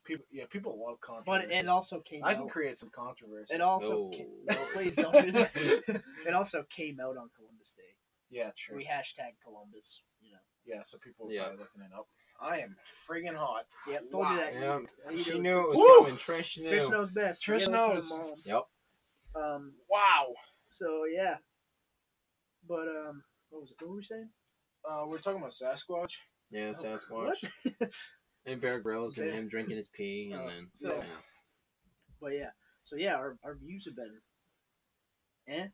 Speaker 2: People, yeah, people love controversy.
Speaker 1: But it also came.
Speaker 2: I
Speaker 1: out,
Speaker 2: can create some controversy.
Speaker 1: It also.
Speaker 3: No.
Speaker 1: Ca- no, please don't do that. it also came out on Columbus Day.
Speaker 2: yeah, true.
Speaker 1: We hashtag Columbus. You know.
Speaker 2: Yeah, so people are
Speaker 3: Yeah.
Speaker 2: probably looking it up. I am friggin' hot.
Speaker 1: Yeah, told you that.
Speaker 3: Yeah,
Speaker 1: What do you
Speaker 3: she
Speaker 1: do?
Speaker 3: knew it was
Speaker 2: Woo!
Speaker 3: coming. Trish knew.
Speaker 1: Trish knows best.
Speaker 2: Trish
Speaker 1: Yeah, listen to
Speaker 2: knows.
Speaker 1: Mom.
Speaker 3: Yep.
Speaker 1: Um.
Speaker 2: Wow.
Speaker 1: So yeah. But um, What was it? What were we saying?
Speaker 2: Uh, we're talking about Sasquatch.
Speaker 3: Yeah,
Speaker 1: Oh,
Speaker 3: Sasquatch.
Speaker 1: what?
Speaker 3: And Bear Grylls and
Speaker 1: Bear-
Speaker 3: him drinking his pee, and
Speaker 2: Oh,
Speaker 3: then
Speaker 2: so-
Speaker 3: yeah.
Speaker 1: But yeah, so yeah, our, our views have been eh.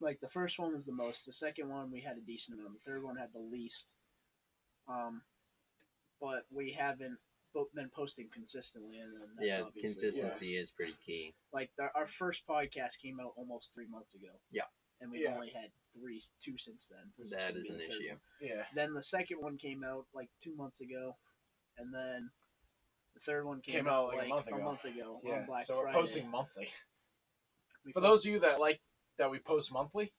Speaker 1: Like the first one was the most. The second one we had a decent amount. The third one had the least. Um, but we haven't bo- been posting consistently, and then that's
Speaker 3: yeah,
Speaker 1: obviously-
Speaker 3: consistency is pretty key.
Speaker 1: Like our, our first podcast came out almost three months ago.
Speaker 3: Yeah.
Speaker 1: and we've
Speaker 2: Yeah.
Speaker 1: only had three, two since then. This
Speaker 3: That
Speaker 1: gonna
Speaker 3: is
Speaker 1: be
Speaker 3: an
Speaker 1: the third
Speaker 3: issue.
Speaker 1: one.
Speaker 2: Yeah.
Speaker 1: Then the second one came out like two months ago, and then the third one came,
Speaker 2: Came out, like, a month ago.
Speaker 1: ago
Speaker 2: Yeah.
Speaker 1: on Black
Speaker 2: so we're
Speaker 1: Friday.
Speaker 2: posting monthly.
Speaker 1: We
Speaker 2: For
Speaker 1: posted-
Speaker 2: those of you that like that we post monthly,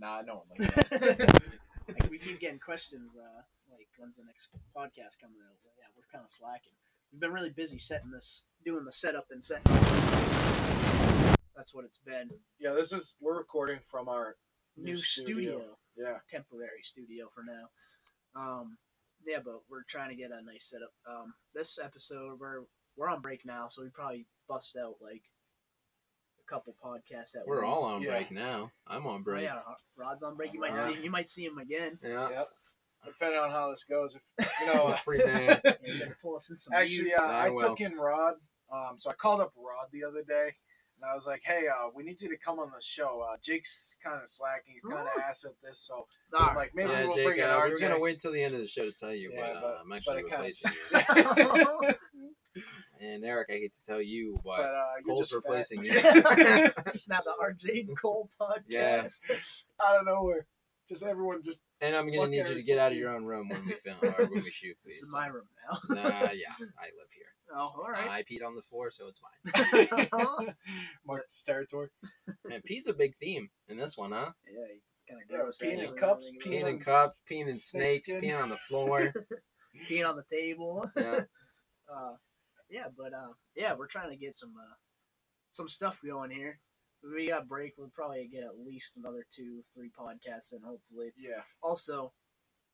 Speaker 2: nah, no one likes that.
Speaker 1: like we keep getting questions uh like when's the next podcast coming out But yeah we're kind of slacking we've been really busy setting this doing the setup and setting that's what it's been
Speaker 2: yeah, this is we're recording from our
Speaker 1: new studio,
Speaker 2: Yeah.
Speaker 1: temporary studio for now um yeah but we're trying to get a nice setup um this episode we're we're on break now so we probably bust out like a couple podcasts that
Speaker 3: We're all on
Speaker 2: Yeah.
Speaker 3: break now. I'm on break.
Speaker 1: yeah rod's on break you might see you might see him again
Speaker 3: Yeah.
Speaker 2: Yep. Depending on how this goes, if you know,
Speaker 3: Free man.
Speaker 1: He's gonna pull us in some
Speaker 2: Actually,
Speaker 1: youth.
Speaker 2: yeah,
Speaker 3: I
Speaker 2: I,
Speaker 3: will.
Speaker 2: took in Rod. Um, so I called up Rod the other day, and I was like, "Hey, uh, we need you to come on the show. Uh, Jake's kind of slacking. He's kind of ass at this, so
Speaker 1: All
Speaker 2: I'm like, maybe
Speaker 3: yeah,
Speaker 2: we'll
Speaker 3: Jake,
Speaker 2: bring in
Speaker 3: uh, we
Speaker 2: RJ."
Speaker 3: were gonna wait till the end of the show to tell you,
Speaker 2: Yeah,
Speaker 3: but, uh,
Speaker 2: but-
Speaker 3: I'm
Speaker 2: but
Speaker 3: actually
Speaker 2: it
Speaker 3: replacing
Speaker 2: kinda
Speaker 1: right.
Speaker 3: you. And Eric, I hate to tell you,
Speaker 2: but
Speaker 3: but,
Speaker 2: uh, you're
Speaker 3: Cole's
Speaker 2: just replacing.
Speaker 3: replacing you.
Speaker 1: fat. It's not the RJ and Cole podcast.
Speaker 3: Yeah.
Speaker 2: Out of nowhere, just everyone just
Speaker 3: and I'm gonna
Speaker 2: Fuck
Speaker 3: need you
Speaker 2: Eric,
Speaker 3: to get out of
Speaker 2: dude.
Speaker 3: your own room when we film or when we shoot,
Speaker 1: This
Speaker 3: please.
Speaker 1: is my room now.
Speaker 3: uh, yeah, I live here.
Speaker 1: Oh, all right.
Speaker 3: I peed on the floor, so it's mine.
Speaker 2: marked his territory.
Speaker 3: And pee's a big theme in this one, huh?
Speaker 1: yeah, he's kind of
Speaker 2: Yeah,
Speaker 1: gross.
Speaker 2: peeing in
Speaker 1: actually,
Speaker 2: cups,
Speaker 1: I think
Speaker 3: Peeing
Speaker 1: it
Speaker 3: in
Speaker 2: on-
Speaker 3: cups, peeing in
Speaker 2: snake
Speaker 3: snakes,
Speaker 2: skin.
Speaker 3: peeing on the floor.
Speaker 1: is. peeing on the table.
Speaker 3: Yeah.
Speaker 1: Uh, yeah, but uh, yeah, we're trying to get some uh, some stuff going here. We got a break. We'll probably get at least another two, three podcasts, and hopefully,
Speaker 2: Yeah,
Speaker 1: also,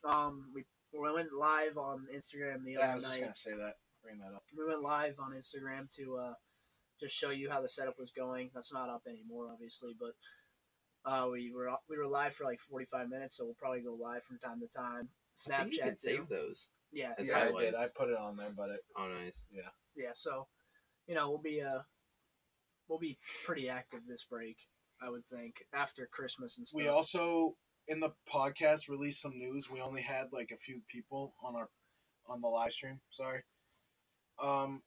Speaker 1: um, we we went live on Instagram the
Speaker 2: yeah I
Speaker 1: other
Speaker 2: was just
Speaker 1: night.
Speaker 2: gonna say that. Bring that up.
Speaker 1: we went live on Instagram to uh, just show you how the setup was going. That's not up anymore, obviously, but uh, we were we were live for like 45 minutes, so we'll probably go live from time to time.
Speaker 3: I think you
Speaker 1: Snapchat,
Speaker 3: could
Speaker 1: too.
Speaker 3: save those.
Speaker 1: yeah,
Speaker 3: As
Speaker 2: yeah, I did.
Speaker 3: highlights.
Speaker 2: I put it on there, but it,
Speaker 3: Oh, nice.
Speaker 1: yeah. So, you know, we'll be uh, we'll be pretty active this break, I would think, after Christmas and stuff.
Speaker 2: we also in the podcast released some news we only had like a few people on our on the live stream sorry um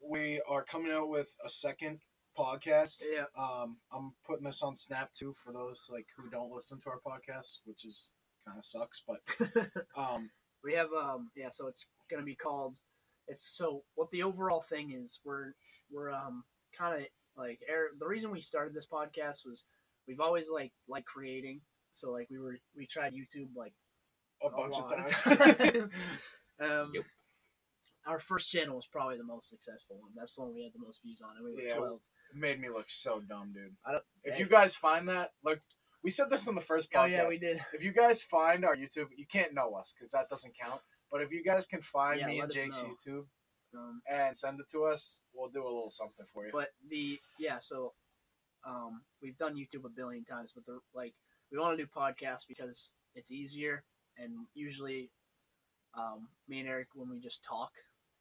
Speaker 2: we are coming out with a second podcast
Speaker 1: yeah,
Speaker 2: um i'm putting this on snap too for those like who don't listen to our podcast which is kind of sucks but um
Speaker 1: we have um, yeah. So it's gonna be called. It's so what the overall thing is. We're we're um kind of like air, the reason we started this podcast was we've always like like creating so like we were we tried youtube like
Speaker 2: a bunch
Speaker 1: lot
Speaker 2: of times
Speaker 1: um
Speaker 3: Yep.
Speaker 1: our first channel was probably the most successful one that's the one we had the most views on and we were
Speaker 2: Yeah.
Speaker 1: 12
Speaker 2: It made me look so dumb dude
Speaker 1: I don't-
Speaker 2: if
Speaker 1: hey.
Speaker 2: you guys find that like we said this in the first podcast
Speaker 1: oh yeah we did
Speaker 2: If you guys find our YouTube, you can't know us because that doesn't count. But if you guys can find
Speaker 1: Yeah,
Speaker 2: me
Speaker 1: let
Speaker 2: and
Speaker 1: us
Speaker 2: Jake's
Speaker 1: know.
Speaker 2: YouTube
Speaker 1: um
Speaker 2: and send it to us, we'll do a little something for you.
Speaker 1: but the yeah so um we've done youtube a billion times but the like we want to do podcasts because it's easier and usually um me and eric when we just talk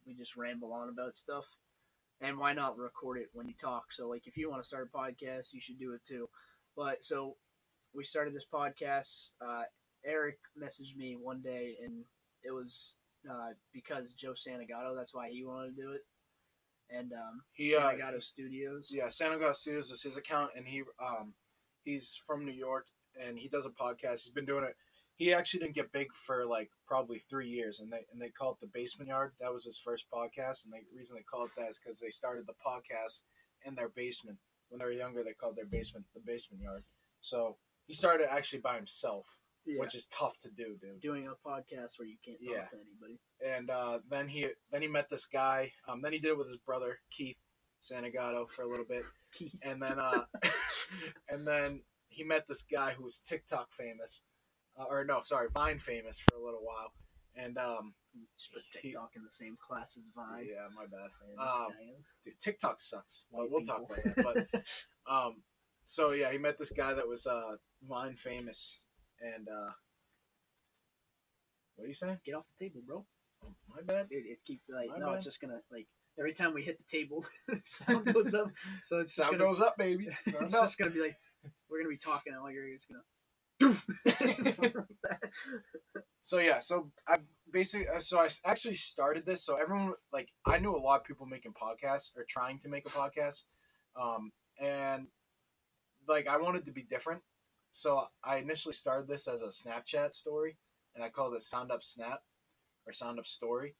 Speaker 1: we just ramble on about stuff and why not record it when you talk so like if you want to start a podcast you should do it too but so we started this podcast uh eric messaged me one day and it was uh, because joe santagato that's why he wanted to do it and um
Speaker 2: He, uh,
Speaker 1: Santagato Studios.
Speaker 2: yeah, Santa Claus Studios is his account, and he um he's from New York and he does a podcast. He's been doing it. He actually didn't get big for like probably three years, and they and they call it the Basement Yard. That was his first podcast, and the reason they call it that is because they started the podcast in their basement when they were younger. They called their basement the Basement Yard. So he started actually by himself.
Speaker 1: Yeah.
Speaker 2: which is tough to do, dude.
Speaker 1: doing a podcast where you can't talk
Speaker 2: Yeah.
Speaker 1: to anybody.
Speaker 2: And uh, then he then he met this guy. Um, then he did it with his brother Keith Santagato for a little bit,
Speaker 1: Keith.
Speaker 2: and then uh, and then he met this guy who was TikTok famous, uh, or no, sorry, Vine famous for a little while. And um,
Speaker 1: Just put
Speaker 2: He-
Speaker 1: TikTok in the same class as Vine.
Speaker 2: yeah, my bad,
Speaker 1: And this
Speaker 2: Um,
Speaker 1: guy, uh,
Speaker 2: dude. TikTok sucks.
Speaker 1: White
Speaker 2: But we'll talk about that. But um, so yeah, he met this guy that was uh, Vine famous, And uh, what are you saying?
Speaker 1: Get off the table, bro.
Speaker 2: Oh, my bad.
Speaker 1: Dude, it keep like
Speaker 2: My
Speaker 1: no,
Speaker 2: bad.
Speaker 1: it's just gonna like every time we hit the table, the sound goes up. So it's just
Speaker 2: Sound
Speaker 1: gonna,
Speaker 2: goes up, baby. Sound
Speaker 1: it's
Speaker 2: up.
Speaker 1: just gonna be like we're gonna be talking and all you're just gonna.
Speaker 2: So yeah, so I basically uh, so I s- actually started this. So everyone like I knew a lot of people making podcasts or trying to make a podcast, um, and like I wanted to be different. So I initially started this as a Snapchat story, and I called it Sound Up Snap or Sound Up Story,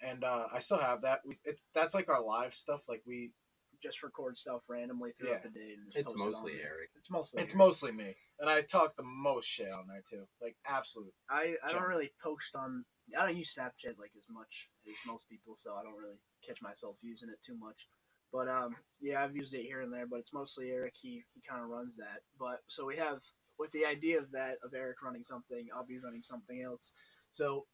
Speaker 2: and uh, I still have that. We, it, that's like our live stuff. Like we,
Speaker 1: just record stuff randomly throughout
Speaker 2: Yeah.
Speaker 1: the day. And just
Speaker 3: It's
Speaker 1: post it on
Speaker 3: mostly
Speaker 1: there.
Speaker 3: Eric.
Speaker 1: It's mostly.
Speaker 2: it's
Speaker 1: Eric.
Speaker 2: mostly me, and I talk the most shit on there too. Like absolute.
Speaker 1: I, I don't
Speaker 2: Junk.
Speaker 1: really post on I don't use Snapchat like as much as most people, so I don't really catch myself using it too much. But um, yeah, I've used it here and there, but it's mostly Eric. He he kind of runs that. But so we have with the idea of that of Eric running something, I'll be running something else. So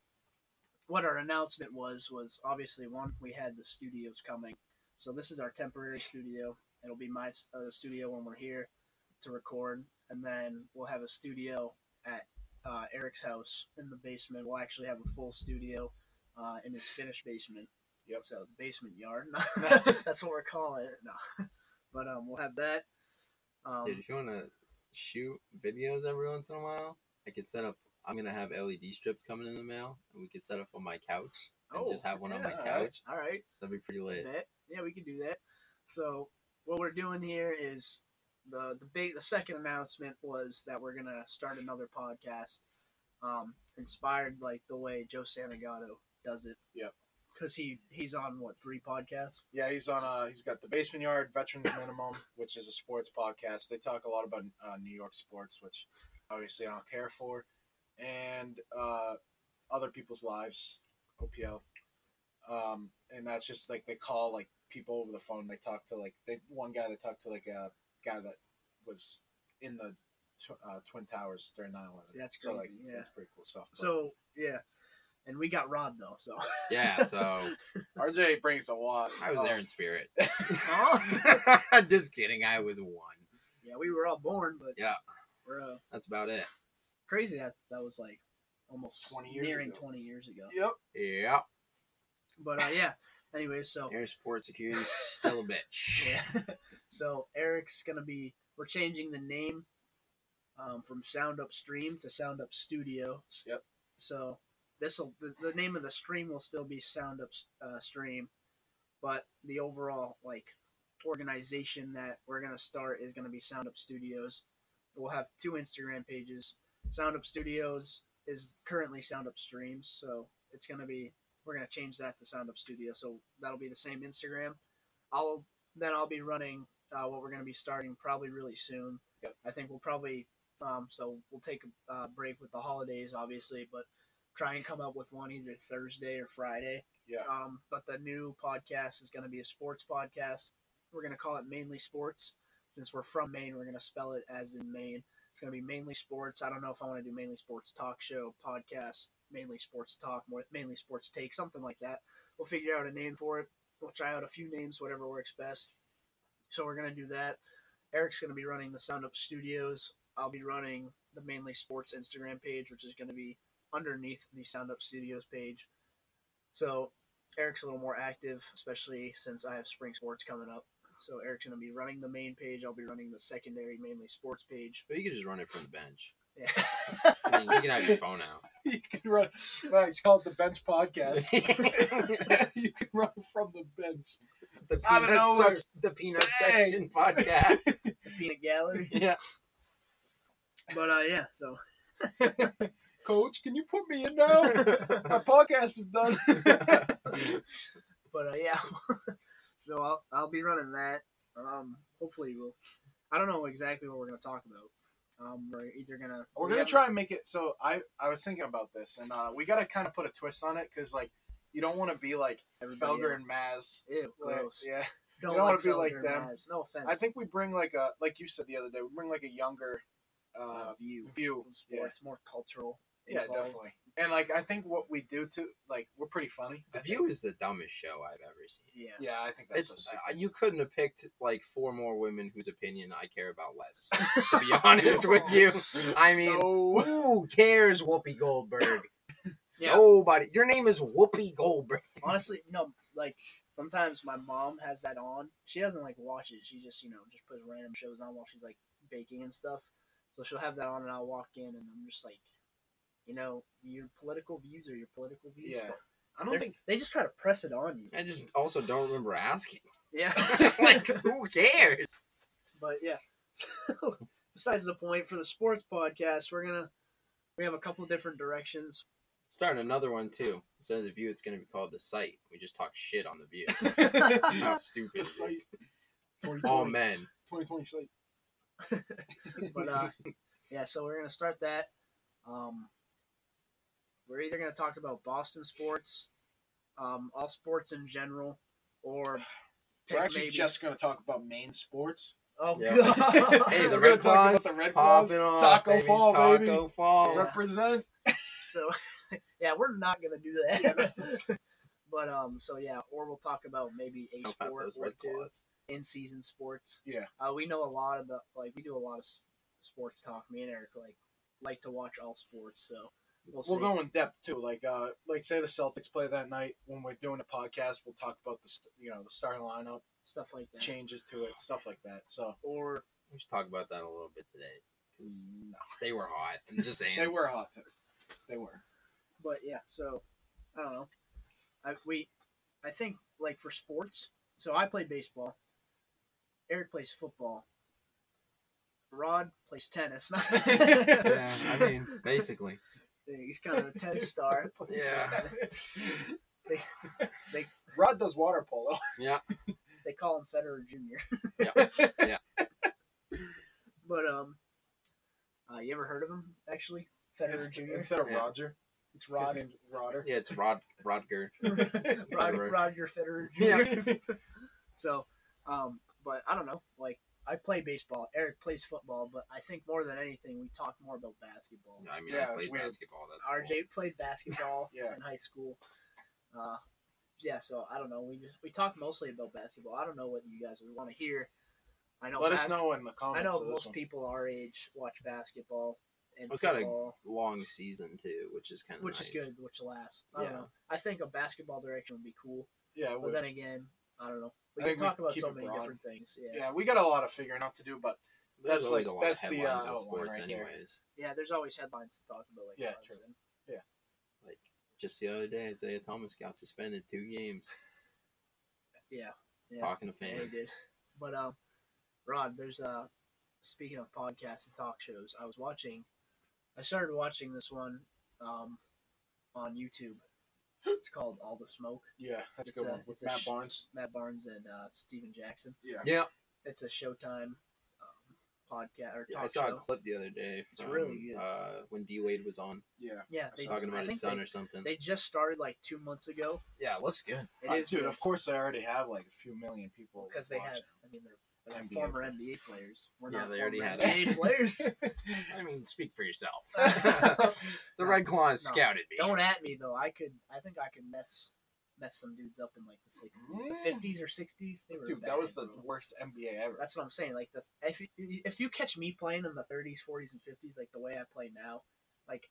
Speaker 1: what our announcement was was obviously one we had the studios coming. So this is our temporary studio. It'll be my uh, studio when we're here to record, and then we'll have a studio at uh, Eric's house in the basement. We'll actually have a full studio uh, in his finished basement.
Speaker 2: Yep.
Speaker 1: So the basement yard. That's what we're calling it. No. But um, we'll have that. Um,
Speaker 3: Dude, if you want to shoot videos every once in a while, I could set up. I'm gonna have LED strips coming in the mail, and we could set up on my couch and
Speaker 1: Oh,
Speaker 3: just have one on my
Speaker 2: yeah,
Speaker 3: couch.
Speaker 1: all right.
Speaker 3: That'd be pretty lit.
Speaker 1: That. Yeah, we can do that. So what we're doing here is the the big the second announcement was that we're gonna start another podcast, um, inspired like the way Joe Santagato does it.
Speaker 2: Yep.
Speaker 1: Because he he's on what three podcasts?
Speaker 2: Yeah, he's on. Uh, he's got the Basement Yard Veterans Minimum, which is a sports podcast. They talk a lot about uh, New York sports, which obviously I don't care for, and uh, other people's lives, OPL. Um, and that's just like they call like people over the phone. They talk to like they one guy they talked to like a guy that was in the tw- uh, Twin Towers during 9-11.
Speaker 1: That's
Speaker 2: so like
Speaker 1: crazy, yeah.
Speaker 2: that's pretty cool stuff.
Speaker 1: So yeah, and we got Rod though. So
Speaker 3: Yeah, so
Speaker 2: But RJ brings a lot.
Speaker 3: I was
Speaker 2: of-
Speaker 3: there in spirit.
Speaker 1: Huh?
Speaker 3: just kidding. I was one.
Speaker 1: yeah, we were all born, but
Speaker 3: Yeah.
Speaker 1: we're uh,
Speaker 3: That's about it.
Speaker 1: crazy. That that was like almost
Speaker 2: 20 years
Speaker 1: nearing
Speaker 2: ago.
Speaker 1: twenty years ago.
Speaker 2: Yep.
Speaker 3: Yeah,
Speaker 1: But uh, yeah. Anyways, so
Speaker 3: air support security's still a bitch.
Speaker 1: Oh. yeah. so Eric's gonna be. We're changing the name um, from Sound Up Stream to Sound Up Studio.
Speaker 2: Yep.
Speaker 1: So this will the, the name of the stream will still be Sound Up uh, Stream, but the overall like organization that we're gonna start is gonna be Sound Up Studios. We'll have two Instagram pages. Sound Up Studios is currently Sound Up Streams, so it's gonna be we're gonna change that to Sound Up Studio. So that'll be the same Instagram. I'll then I'll be running uh, what we're going to be starting probably really soon.
Speaker 2: Yep.
Speaker 1: I think we'll probably um, so we'll take a uh, break with the holidays, obviously, but try and come up with one either Thursday or Friday.
Speaker 2: Yeah.
Speaker 1: Um, but the new podcast is going to be a sports podcast. We're going to call it mainly sports since we're from Maine. We're going to spell it as in Maine. It's going to be mainly sports. I don't know if I want to do mainly sports talk show podcast, mainly sports talk, more mainly sports take, something like that. We'll figure out a name for it. We'll try out a few names, whatever works best. So we're gonna do that. Eric's gonna be running the Sound Up Studios. I'll be running the mainly sports Instagram page, which is gonna be underneath the Sound Up Studios page. So Eric's a little more active, especially since I have spring sports coming up. So Eric's gonna be running the main page. I'll be running the secondary, mainly sports page.
Speaker 3: But you could just run it from the bench.
Speaker 1: Yeah.
Speaker 3: I mean, you can have your phone out.
Speaker 2: you can run. Well, it's called the Bench Podcast. you can run from the bench.
Speaker 3: The
Speaker 2: Out of nowhere.
Speaker 3: the peanut
Speaker 2: Hey.
Speaker 3: section podcast.
Speaker 1: the peanut gallery.
Speaker 3: yeah.
Speaker 1: But uh, yeah. So
Speaker 2: Coach, can you put me in now? My podcast is done.
Speaker 1: but uh, yeah, so I'll I'll be running that. Um, hopefully we'll. I don't know exactly what we're gonna talk about. Um, we're either gonna
Speaker 2: We're
Speaker 1: we
Speaker 2: gonna
Speaker 1: haven't-
Speaker 2: try and make it. So I, I was thinking about this, and uh, we gotta kind of put a twist on it because like you don't want to be like
Speaker 1: everybody
Speaker 2: Felger
Speaker 1: else.
Speaker 2: and Maz.
Speaker 1: Ew,
Speaker 2: Like,
Speaker 1: gross.
Speaker 2: yeah,
Speaker 1: Don't,
Speaker 2: don't wanna
Speaker 1: like
Speaker 2: be
Speaker 1: Felger
Speaker 2: like
Speaker 1: and
Speaker 2: them.
Speaker 1: Maz, No offense.
Speaker 2: I think we bring like a like you said the other day. We bring like a younger uh,
Speaker 1: uh, view
Speaker 2: view.
Speaker 1: of
Speaker 2: Yeah,
Speaker 1: sports more cultural.
Speaker 2: Yeah,
Speaker 1: involved.
Speaker 2: definitely. And like, I think what we do too, like, we're pretty funny.
Speaker 3: The View is the dumbest show I've ever seen.
Speaker 1: Yeah.
Speaker 2: Yeah, I think that's so
Speaker 3: It's,
Speaker 2: stupid.
Speaker 3: uh, you couldn't have picked like four more women whose opinion I care about less. to be honest with you, I mean,
Speaker 2: No.
Speaker 3: who cares Whoopi Goldberg?
Speaker 1: Yeah.
Speaker 3: Nobody. Your name is Whoopi Goldberg.
Speaker 1: Honestly, no. Like sometimes my mom has that on. She doesn't like watch it. She just you know just puts random shows on while she's like baking and stuff. So she'll have that on, and I'll walk in, and I'm just like, you know, your political views are your political views.
Speaker 2: Yeah.
Speaker 1: but
Speaker 2: I don't
Speaker 1: they're-
Speaker 2: think.
Speaker 1: they just try to press it on you.
Speaker 3: I just also don't remember asking.
Speaker 1: Yeah.
Speaker 3: like, who cares?
Speaker 1: But yeah. So besides the point for the sports podcast, we're gonna we have a couple different directions.
Speaker 3: Starting another one too. Instead of the View, it's going to be called the Site. We just talk shit on the View. How
Speaker 2: the
Speaker 3: stupid! it
Speaker 2: site.
Speaker 3: is. All men.
Speaker 2: 2020 slate.
Speaker 1: But uh, yeah, so we're gonna start that. Um, we're either gonna talk about Boston sports, um, all sports in general, or
Speaker 2: We're
Speaker 1: pick
Speaker 2: actually just going to talk about main sports.
Speaker 1: oh
Speaker 3: Yeah.
Speaker 1: god,
Speaker 3: Hey, the
Speaker 2: We're
Speaker 3: Red
Speaker 2: gonna talk about
Speaker 3: Claws,
Speaker 2: the Red
Speaker 3: popping
Speaker 2: Claws.
Speaker 3: off,
Speaker 2: Taco
Speaker 3: baby.
Speaker 2: Fall,
Speaker 3: Taco
Speaker 2: baby.
Speaker 3: Fall.
Speaker 1: Yeah.
Speaker 2: Oh, Represent.
Speaker 1: so yeah, we're not gonna do that. but um, so yeah, or we'll talk about maybe a
Speaker 3: How about
Speaker 1: sport
Speaker 3: those
Speaker 1: or
Speaker 3: Red
Speaker 1: two
Speaker 3: Claws?
Speaker 1: in season sports.
Speaker 2: Yeah.
Speaker 1: uh, we know a lot about like we do a lot of s- sports talk. Me and Eric like like to watch all sports, so we'll see.
Speaker 2: We'll go in depth too. Like, uh, like say the Celtics play that night. When we're doing a podcast, we'll talk about the, st- you know, the starting lineup,
Speaker 1: stuff like that.
Speaker 2: changes to it, stuff like that. So,
Speaker 1: Or
Speaker 3: We should talk about that a little bit today. 'cause
Speaker 2: no.
Speaker 3: They were hot. I'm just saying.
Speaker 2: they were hot. Today. They were.
Speaker 1: but yeah, so I don't know. I we I think like for sports. So I play baseball. Eric plays football. Rod plays tennis.
Speaker 3: Yeah, I mean, basically.
Speaker 1: He's kind of a tennis star.
Speaker 3: Yeah.
Speaker 2: Rod does water polo.
Speaker 1: They call him Federer Junior.
Speaker 3: Yeah. Yeah.
Speaker 1: But um, uh, you ever heard of him actually? Federer
Speaker 2: Inst-
Speaker 1: Junior.
Speaker 2: Instead of
Speaker 3: Yeah.
Speaker 2: Roger,
Speaker 1: It's
Speaker 2: his
Speaker 1: Rod.
Speaker 2: name's Rodder.
Speaker 3: Yeah, it's Rod Rodger.
Speaker 1: Rod,
Speaker 3: Federer.
Speaker 1: Roger Federer Junior. So, um, but I don't know. Like, I play baseball. Eric plays football, but I think more than anything, we talk more about basketball.
Speaker 3: I mean,
Speaker 2: Yeah,
Speaker 3: I
Speaker 2: it's
Speaker 3: played
Speaker 2: weird.
Speaker 3: basketball. That's
Speaker 1: RJ played basketball
Speaker 2: Yeah.
Speaker 1: in high school. Uh, yeah, so I don't know. We just we talk mostly about basketball. I don't know what you guys would want to hear. I know.
Speaker 2: Let us
Speaker 1: bas-
Speaker 2: know in the
Speaker 1: I
Speaker 2: comments.
Speaker 1: know
Speaker 2: of this
Speaker 1: most
Speaker 2: one.
Speaker 1: people our age watch basketball and
Speaker 3: It's gotta-
Speaker 1: football,
Speaker 3: cool. Long season too, which is kind of
Speaker 1: which is
Speaker 3: nice.
Speaker 1: good, which lasts. I don't
Speaker 3: Yeah.
Speaker 1: know. I think a basketball direction would be cool,
Speaker 2: Yeah, it
Speaker 1: but
Speaker 2: would.
Speaker 1: then again, I don't know. We
Speaker 2: I
Speaker 1: can
Speaker 2: think we
Speaker 1: talk about
Speaker 2: keep
Speaker 1: so
Speaker 2: it
Speaker 1: many
Speaker 2: broad.
Speaker 1: different things. Yeah.
Speaker 2: yeah, we got a lot of figuring out to do, but
Speaker 3: There's
Speaker 2: That's
Speaker 3: always
Speaker 2: like-
Speaker 3: a lot
Speaker 2: that's
Speaker 3: of
Speaker 2: the,
Speaker 3: headlines
Speaker 2: uh,
Speaker 3: in
Speaker 2: outline
Speaker 3: sports,
Speaker 2: right there.
Speaker 3: anyways.
Speaker 1: Yeah, there's always headlines to talk about. Like
Speaker 2: Yeah,
Speaker 1: Buzz
Speaker 2: true.
Speaker 1: and-
Speaker 3: Like just the other day, Isaiah Thomas got suspended two games.
Speaker 1: Yeah, yeah.
Speaker 3: Talking to
Speaker 1: Yeah, they
Speaker 3: fans.
Speaker 1: did. But um, Rod, there's uh, speaking of podcasts and talk shows, I was watching. I started watching this one, um, on YouTube. It's called All the Smoke.
Speaker 2: yeah, that's
Speaker 1: It's
Speaker 2: a good
Speaker 1: a-
Speaker 2: one with
Speaker 1: it's a
Speaker 2: Matt
Speaker 1: sh-
Speaker 2: Barnes.
Speaker 1: Matt Barnes and uh, Steven Jackson.
Speaker 2: Yeah,
Speaker 3: Yeah,
Speaker 1: It's a Showtime um, podcast or
Speaker 3: yeah, I
Speaker 1: talk
Speaker 3: saw a
Speaker 1: show.
Speaker 3: clip the other day.
Speaker 1: It's
Speaker 3: From,
Speaker 1: really good.
Speaker 3: uh, when D Wade was on,
Speaker 2: yeah.
Speaker 1: Yeah,
Speaker 2: I
Speaker 1: they,
Speaker 2: saw
Speaker 3: talking
Speaker 1: I
Speaker 3: about his
Speaker 1: think
Speaker 3: son
Speaker 1: they,
Speaker 3: or something.
Speaker 1: they just started like two months ago.
Speaker 3: yeah, it looks good.
Speaker 1: It
Speaker 2: Uh,
Speaker 1: is
Speaker 2: dude,
Speaker 1: good
Speaker 2: of course, I already have like a few million people
Speaker 1: because they have.
Speaker 2: watching.
Speaker 1: I mean, they're, they're
Speaker 2: NBA.
Speaker 1: former NBA players. We're
Speaker 3: Yeah,
Speaker 1: not
Speaker 3: they already
Speaker 1: former
Speaker 3: had us.
Speaker 1: NBA players.
Speaker 3: I mean, speak for yourself.
Speaker 1: No,
Speaker 3: the Red Claws
Speaker 1: no.
Speaker 3: scouted me.
Speaker 1: Don't at me though. I could. I think I could mess mess some dudes up in like the sixties,
Speaker 2: Mm.
Speaker 1: fifties or sixties. They were
Speaker 2: Dude, that
Speaker 1: bad,
Speaker 2: was the
Speaker 1: bro.
Speaker 2: worst NBA ever.
Speaker 1: That's what I'm saying. Like the if you, if you catch me playing in the thirties, forties, and fifties, like the way I play now, like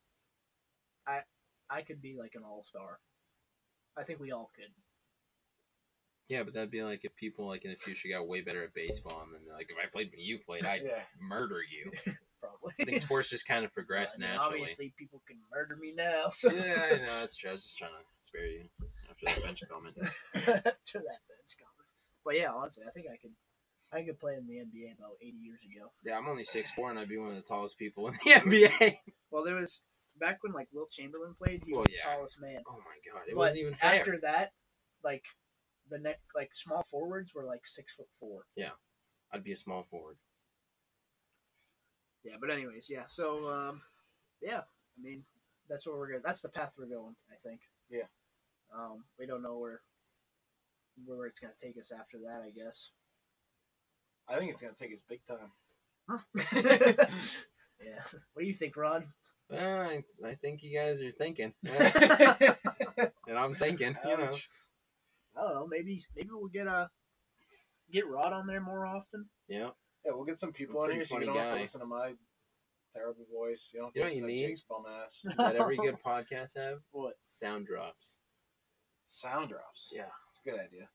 Speaker 1: I I could be like an all star. I think we all could.
Speaker 3: Yeah, but that'd be like if people like in the future got way better at baseball, and then they're like if I played when you played, I'd
Speaker 2: yeah,
Speaker 3: murder you. I
Speaker 1: Probably.
Speaker 3: think sports just kind of progress
Speaker 1: I mean,
Speaker 3: naturally.
Speaker 1: Obviously, people can murder me now. So
Speaker 3: yeah, I know that's true. I was just trying to spare you after that bench comment.
Speaker 1: after that bench comment. But yeah, honestly, I think I could. I could play in the NBA about 80 years ago.
Speaker 3: Yeah, I'm only six four, and I'd be one of the tallest people in the NBA.
Speaker 1: Well, there was back when like Will Chamberlain played, he
Speaker 3: Well,
Speaker 1: was
Speaker 3: yeah.
Speaker 1: the tallest man.
Speaker 3: Oh my god, it
Speaker 1: But
Speaker 3: wasn't even fair.
Speaker 1: After that, like the neck, like small forwards were like six foot four.
Speaker 3: I'd be a small forward.
Speaker 1: Yeah, but anyways, yeah. So, um, yeah, I mean, that's what we're going. to That's the path we're going. I think.
Speaker 2: Yeah.
Speaker 1: Um, we don't know where where it's gonna take us after that. I guess.
Speaker 2: I think it's gonna take us big time.
Speaker 1: yeah. What do you think, Ron?
Speaker 3: "Ah, I, I think you guys are thinking, Yeah,
Speaker 1: I
Speaker 3: and I'm thinking, you know.
Speaker 2: Ouch.
Speaker 1: don't know. Maybe maybe we'll get a get Rod on there more often.
Speaker 3: Yeah,
Speaker 2: Yeah, we'll get some people
Speaker 3: I'm
Speaker 2: on
Speaker 3: a
Speaker 2: here
Speaker 3: pretty
Speaker 2: so you
Speaker 3: funny
Speaker 2: don't have
Speaker 3: guy.
Speaker 2: to listen to my terrible voice. You don't have to
Speaker 3: You know what you
Speaker 2: listen to
Speaker 3: need?
Speaker 2: Jake's bum ass.
Speaker 3: that every good podcast have
Speaker 1: What?
Speaker 3: sound drops.
Speaker 2: Sound drops.
Speaker 3: Yeah,
Speaker 2: It's a good idea.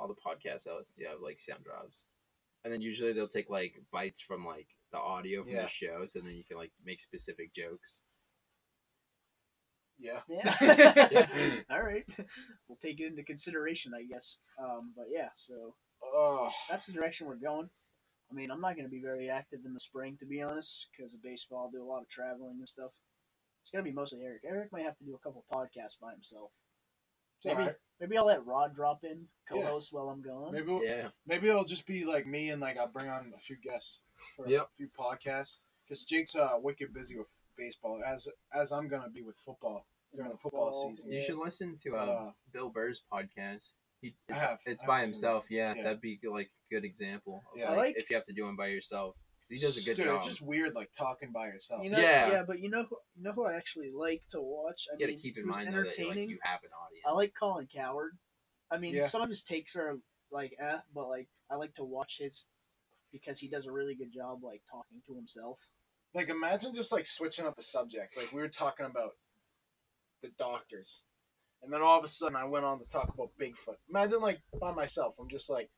Speaker 3: all the podcasts I listen to have like sound drops, and then usually they'll take like bites from like the audio from
Speaker 2: Yeah.
Speaker 3: the show, so then you can like make specific jokes.
Speaker 2: Yeah.
Speaker 1: Yeah.
Speaker 3: Yeah.
Speaker 1: All right. We'll take it into consideration, I guess. Um, but yeah, so
Speaker 2: Oh,
Speaker 1: that's the direction we're going. I mean, I'm not going to be very active in the spring, to be honest, because of baseball. I do a lot of traveling and stuff. It's going to be mostly Eric. Eric might have to do a couple podcasts by himself. Maybe
Speaker 2: Alright.
Speaker 1: maybe I'll let Rod drop in, co-host while I'm gone.
Speaker 2: maybe we'll,
Speaker 3: Yeah,
Speaker 2: maybe it'll just be like me and like I'll bring on a few guests for
Speaker 3: Yep.
Speaker 2: a few podcasts because Jake's uh wicked busy with baseball as as I'm gonna be with football during the football
Speaker 1: Football.
Speaker 2: season.
Speaker 3: you should listen to um,
Speaker 2: But, uh,
Speaker 3: Bill Burr's podcast. He,
Speaker 2: I
Speaker 3: it's
Speaker 2: have.
Speaker 3: it's
Speaker 2: I
Speaker 3: by
Speaker 2: have seen
Speaker 3: himself. Yeah,
Speaker 2: Yeah.
Speaker 3: that'd be like a good example. Of,
Speaker 2: Yeah.
Speaker 1: I
Speaker 3: like,
Speaker 1: like-
Speaker 3: if you have to do one by yourself, because he does a good
Speaker 2: Dude,
Speaker 3: job.
Speaker 2: It's just weird like talking by yourself.
Speaker 1: You know,
Speaker 3: Oh. Yeah.
Speaker 1: yeah. but you know, who, you know who I actually like to watch. I
Speaker 3: you got
Speaker 1: mean,
Speaker 3: to keep in
Speaker 1: who's
Speaker 3: mind though, that
Speaker 1: entertaining.
Speaker 3: like you have an audience.
Speaker 1: I like Colin Coward. I mean,
Speaker 2: Yeah.
Speaker 1: some of his takes are like eh, but like I like to watch his because he does a really good job like talking to himself.
Speaker 2: Like imagine just like switching up the subject. Like we were talking about the doctors. And then all of a sudden I went on to talk about Bigfoot. Imagine like by myself. I'm just like,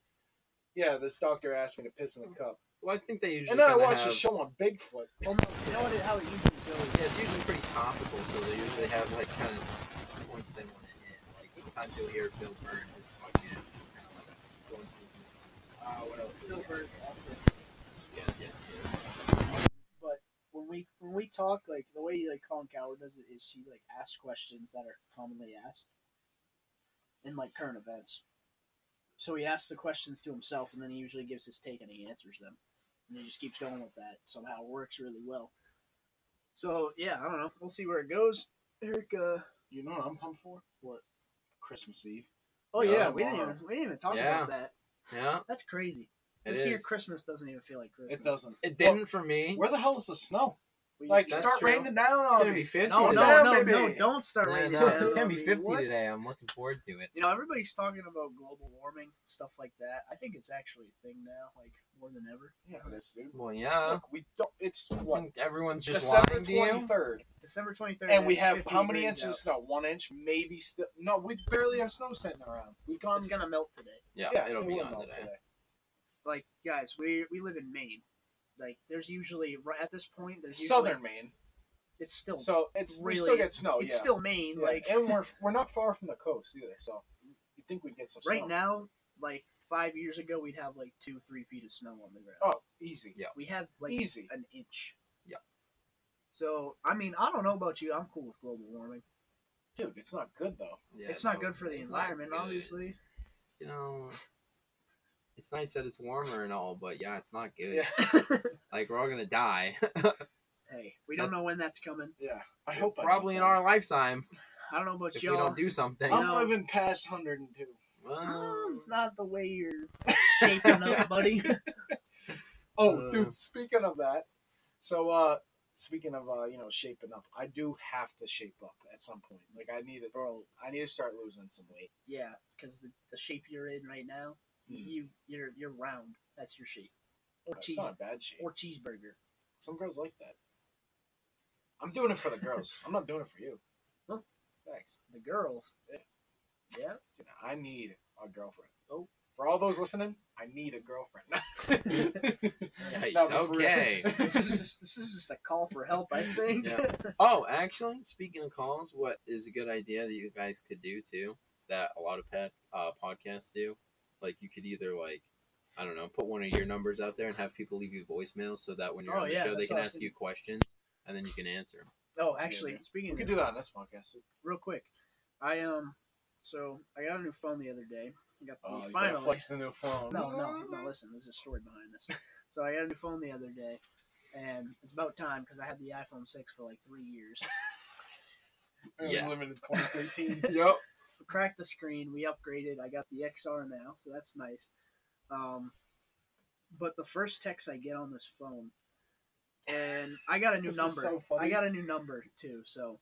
Speaker 2: yeah, this doctor asked me to piss
Speaker 1: Mm.
Speaker 2: in the cup.
Speaker 3: Well, I think they usually
Speaker 2: And then I
Speaker 3: kinda
Speaker 2: watched
Speaker 3: have-
Speaker 2: a show on Bigfoot.
Speaker 1: Well, no, you know what? it- How it usually
Speaker 3: Yeah,
Speaker 1: goes.
Speaker 3: it's usually pretty topical, so they usually have like kind of points they want to hit. Like sometimes you'll hear Bill Burr in his podcast, kind of like going through. Uh, what else?
Speaker 1: Bill Burr's awesome.
Speaker 3: Yes, yes, yes.
Speaker 1: When we when we talk, like the way like Colin Coward does it is he like asks questions that are commonly asked in like current events. So he asks the questions to himself, and then he usually gives his take, and he answers them, and he just keeps going with that. Somehow it works really well. So yeah, I don't know. We'll see where it goes. Eric, uh,
Speaker 2: You know what I'm pumped for?
Speaker 1: What?
Speaker 2: Christmas Eve.
Speaker 1: Oh
Speaker 2: Yeah,
Speaker 1: yeah, we didn't
Speaker 2: tomorrow.
Speaker 1: even we didn't even talk
Speaker 3: Yeah.
Speaker 1: about that.
Speaker 3: Yeah,
Speaker 1: That's crazy.
Speaker 3: it
Speaker 1: This year
Speaker 3: is.
Speaker 1: Christmas doesn't even feel like Christmas.
Speaker 2: It doesn't.
Speaker 3: It
Speaker 2: Well,
Speaker 3: didn't for me.
Speaker 2: where the hell is the snow?
Speaker 1: We-
Speaker 2: Like,
Speaker 3: That's
Speaker 2: start
Speaker 3: true.
Speaker 2: raining down
Speaker 3: It's
Speaker 2: on
Speaker 3: gonna
Speaker 2: me.
Speaker 3: be fifty.
Speaker 1: no, no,
Speaker 3: today.
Speaker 2: down,
Speaker 1: no,
Speaker 2: baby.
Speaker 1: no, don't start
Speaker 3: No,
Speaker 1: raining.
Speaker 3: no,
Speaker 1: down
Speaker 3: it's gonna
Speaker 1: on
Speaker 3: be
Speaker 1: me.
Speaker 3: fifty
Speaker 1: What?
Speaker 3: today. I'm looking forward to it.
Speaker 1: You know, everybody's talking about global warming stuff like that. I think it's actually a thing now, like more than ever.
Speaker 2: Yeah, this dude.
Speaker 3: Well, yeah.
Speaker 2: Look, we don't. It's
Speaker 3: I
Speaker 2: what
Speaker 3: think everyone's just
Speaker 2: December
Speaker 3: lying to you.
Speaker 2: twenty third,
Speaker 1: December twenty third,
Speaker 2: and we have how many inches of snow? One inch, maybe. Still, no, we barely have snow sitting around. We've gone.
Speaker 1: It's gonna melt today.
Speaker 3: Yeah, it'll
Speaker 2: it
Speaker 3: be
Speaker 2: will
Speaker 3: on
Speaker 2: melt
Speaker 3: today.
Speaker 1: Like guys, we we live in Maine. Like there's usually right at this point there's usually,
Speaker 2: Southern Maine,
Speaker 1: It's still
Speaker 2: so it's we still
Speaker 1: really-
Speaker 2: get snow.
Speaker 1: it's
Speaker 2: yeah,
Speaker 1: still Maine.
Speaker 2: Yeah,
Speaker 1: Like
Speaker 2: and we're we're not far from the coast either, so you think we'd get some
Speaker 1: right
Speaker 2: snow.
Speaker 1: now, like five years ago, we'd have like two three feet of snow on the ground.
Speaker 2: Oh, easy.
Speaker 3: Yeah.
Speaker 1: We have like
Speaker 2: Easy.
Speaker 1: an inch.
Speaker 3: Yeah.
Speaker 1: So I mean, I don't know about you. I'm cool with global warming.
Speaker 2: dude, it's not good though.
Speaker 3: Yeah,
Speaker 1: it's not
Speaker 3: no,
Speaker 1: good for the
Speaker 3: it's not
Speaker 1: environment,
Speaker 3: good.
Speaker 1: obviously.
Speaker 3: You know, it's nice that it's warmer and all, but yeah, it's not good.
Speaker 2: Yeah,
Speaker 3: Like we're all gonna die.
Speaker 1: Hey, we don't
Speaker 3: That's-
Speaker 1: know when that's coming.
Speaker 2: yeah. I hope I don't
Speaker 3: probably in
Speaker 2: die.
Speaker 3: our lifetime
Speaker 1: I don't know about
Speaker 3: if we
Speaker 1: y'all.
Speaker 3: don't do something.
Speaker 1: you
Speaker 2: I'm
Speaker 1: know-
Speaker 2: living past hundred and two.
Speaker 3: Well,
Speaker 2: Um,
Speaker 1: Mm, not the way you're shaping up, buddy.
Speaker 2: Oh,
Speaker 3: Uh.
Speaker 2: dude, speaking of that, so uh speaking of uh, you know, shaping up, I do have to shape up at some point. Like I need to bro, I need to start losing some weight.
Speaker 1: yeah, because the, the shape you're in right now,
Speaker 3: Mm-hmm.
Speaker 2: Mm.
Speaker 1: you you're you're round. That's your shape. Or
Speaker 2: It's
Speaker 1: cheese
Speaker 2: not a bad shape.
Speaker 1: or cheeseburger.
Speaker 2: Some girls like that. I'm doing it for the girls. I'm not doing it for you.
Speaker 1: Huh.
Speaker 2: Thanks.
Speaker 1: The girls. Yeah.
Speaker 2: Dude, I need a girlfriend.
Speaker 1: Oh.
Speaker 2: For all those listening, I need a girlfriend.
Speaker 3: yikes,
Speaker 2: No, but for real.
Speaker 3: okay.
Speaker 1: this is just this is just a call for help, I think.
Speaker 3: Yeah. oh, actually, speaking of calls, what is a good idea that you guys could do too? That a lot of pet uh, podcasts do. Like you could either like. I don't know. Put one of your numbers out there and have people leave you voicemails so that when you're
Speaker 1: Oh,
Speaker 3: on the
Speaker 1: yeah,
Speaker 3: show, they
Speaker 1: that's
Speaker 3: can
Speaker 1: what I
Speaker 3: ask
Speaker 1: said.
Speaker 3: you questions and then you can answer. 'em.
Speaker 1: Oh, actually,
Speaker 2: Yeah.
Speaker 1: speaking
Speaker 2: we
Speaker 1: of
Speaker 2: could do that on this podcast.
Speaker 1: real quick, I um, so I got a new phone the other day. I got
Speaker 2: Oh, you gotta
Speaker 1: finally.
Speaker 2: flex the new phone.
Speaker 1: No, no,
Speaker 2: Mm-hmm.
Speaker 1: no. Listen, there's a story behind this. So I got a new phone the other day, and it's about time because I had the iPhone six for like three years.
Speaker 3: Yeah.
Speaker 2: Living in 2013.
Speaker 3: Yep.
Speaker 1: We cracked the screen. We upgraded. I got the XR now, so that's nice. Um, but the first text I get on this phone and I got a new
Speaker 2: This is
Speaker 1: number.
Speaker 2: so funny.
Speaker 1: I got a new number too. So,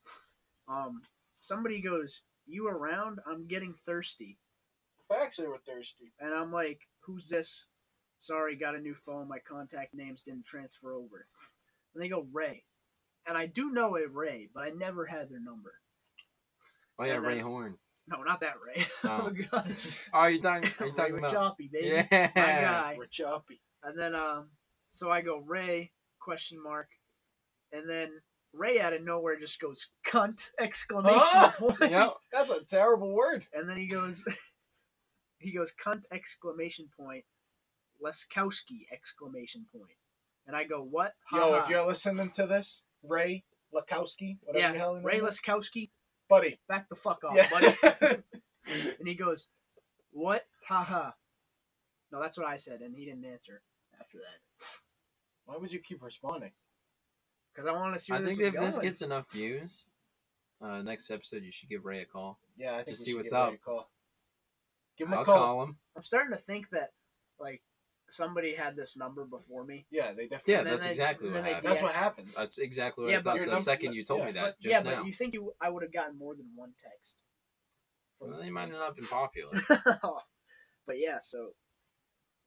Speaker 1: um, somebody goes, "You around? I'm getting thirsty,"
Speaker 2: Facts, they were thirsty.
Speaker 1: and I'm like, "Who's this?" Sorry, got a new phone. My contact names didn't transfer over. And they go Ray, and I do know a Ray, but I never had their number.
Speaker 3: Oh yeah,
Speaker 1: And then-
Speaker 3: Ray Horn.
Speaker 1: No, not that Ray.
Speaker 3: Oh.
Speaker 1: oh god,
Speaker 3: Oh, you're talking. Are
Speaker 1: Ray
Speaker 3: you talking about?
Speaker 1: Choppy, baby.
Speaker 3: Yeah.
Speaker 1: My guy.
Speaker 2: We're choppy.
Speaker 1: And then um, so I go Ray question mark, and then Ray out of nowhere just goes cunt exclamation
Speaker 2: Oh!
Speaker 1: point,
Speaker 3: Yep.
Speaker 2: That's a terrible word.
Speaker 1: and then he goes, he goes cunt exclamation point, Leskowski exclamation point, and I go what?
Speaker 2: Yo,
Speaker 1: Ha
Speaker 2: if
Speaker 1: ha.
Speaker 2: you're listening to this, Ray Lakowski, whatever the hell
Speaker 1: Uh-huh. yeah,
Speaker 2: his
Speaker 1: Ray
Speaker 2: name is,
Speaker 1: Leskowski,
Speaker 2: buddy.
Speaker 1: back the fuck off,
Speaker 2: Yeah.
Speaker 1: buddy. And he goes, what? Ha ha. No, that's what I said, and he didn't answer after that
Speaker 2: Why would you keep responding?
Speaker 1: because I want to see. Where
Speaker 3: I think
Speaker 1: was
Speaker 3: if this
Speaker 1: going.
Speaker 3: gets enough views, uh, next episode you should give Ray a call.
Speaker 2: Yeah, I think
Speaker 3: Just
Speaker 2: we
Speaker 3: see
Speaker 2: should
Speaker 3: what's
Speaker 2: give Ray
Speaker 3: up.
Speaker 2: a call. Give him
Speaker 3: I'll
Speaker 2: a call.
Speaker 3: call him.
Speaker 1: I'm starting to think that like somebody had this number before me.
Speaker 2: Yeah, they definitely.
Speaker 3: Yeah,
Speaker 1: And then
Speaker 3: that's
Speaker 1: they-
Speaker 3: exactly
Speaker 1: and
Speaker 3: what
Speaker 1: then they
Speaker 3: happened.
Speaker 2: That's
Speaker 1: Yeah.
Speaker 2: what happens.
Speaker 3: That's exactly what
Speaker 1: Yeah,
Speaker 3: I
Speaker 1: but
Speaker 3: thought
Speaker 2: your
Speaker 3: the
Speaker 2: number-
Speaker 3: second you told me
Speaker 2: yeah,
Speaker 3: that
Speaker 1: But-
Speaker 3: just
Speaker 1: yeah,
Speaker 3: now.
Speaker 1: but you think you I would have gotten more than one text.
Speaker 3: Well, they might not have been popular.
Speaker 1: but yeah, so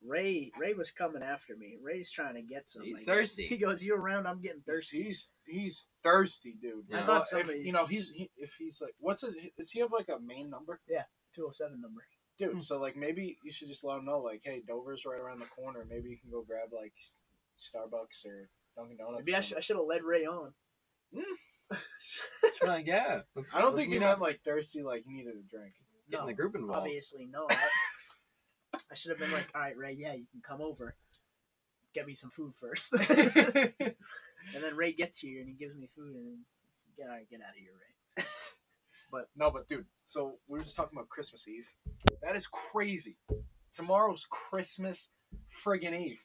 Speaker 1: Ray Ray was coming after me. Ray's trying to get some.
Speaker 3: He's
Speaker 1: I guess.
Speaker 3: thirsty.
Speaker 1: He goes, "You around? I'm getting
Speaker 2: He's-
Speaker 1: thirsty."
Speaker 2: He's he's thirsty, dude.
Speaker 3: I
Speaker 2: Well,
Speaker 1: thought
Speaker 2: if-
Speaker 1: somebody-
Speaker 2: you know, he's he, if he's like, what's his? Does he have like a main number,
Speaker 1: 207 number.
Speaker 2: dude?
Speaker 3: Hmm.
Speaker 2: So like, maybe you should just let him know, like, hey, Dover's right around the corner. Maybe you can go grab like Starbucks or Dunkin' Donuts.
Speaker 1: Maybe I
Speaker 2: or
Speaker 1: should, I should have led Ray on.
Speaker 3: Like, yeah.
Speaker 2: something. I don't think you meant like thirsty, like you needed a drink.
Speaker 3: getting
Speaker 1: No,
Speaker 3: the group involved.
Speaker 1: obviously no. I, I should have been like, "All right, Ray, yeah, you can come over. Get me some food first. and then Ray gets here and he gives me food and then get out, get out of here, Ray.
Speaker 2: No, but dude, so we were just talking about Christmas Eve. That is crazy. Tomorrow's Christmas friggin' Eve.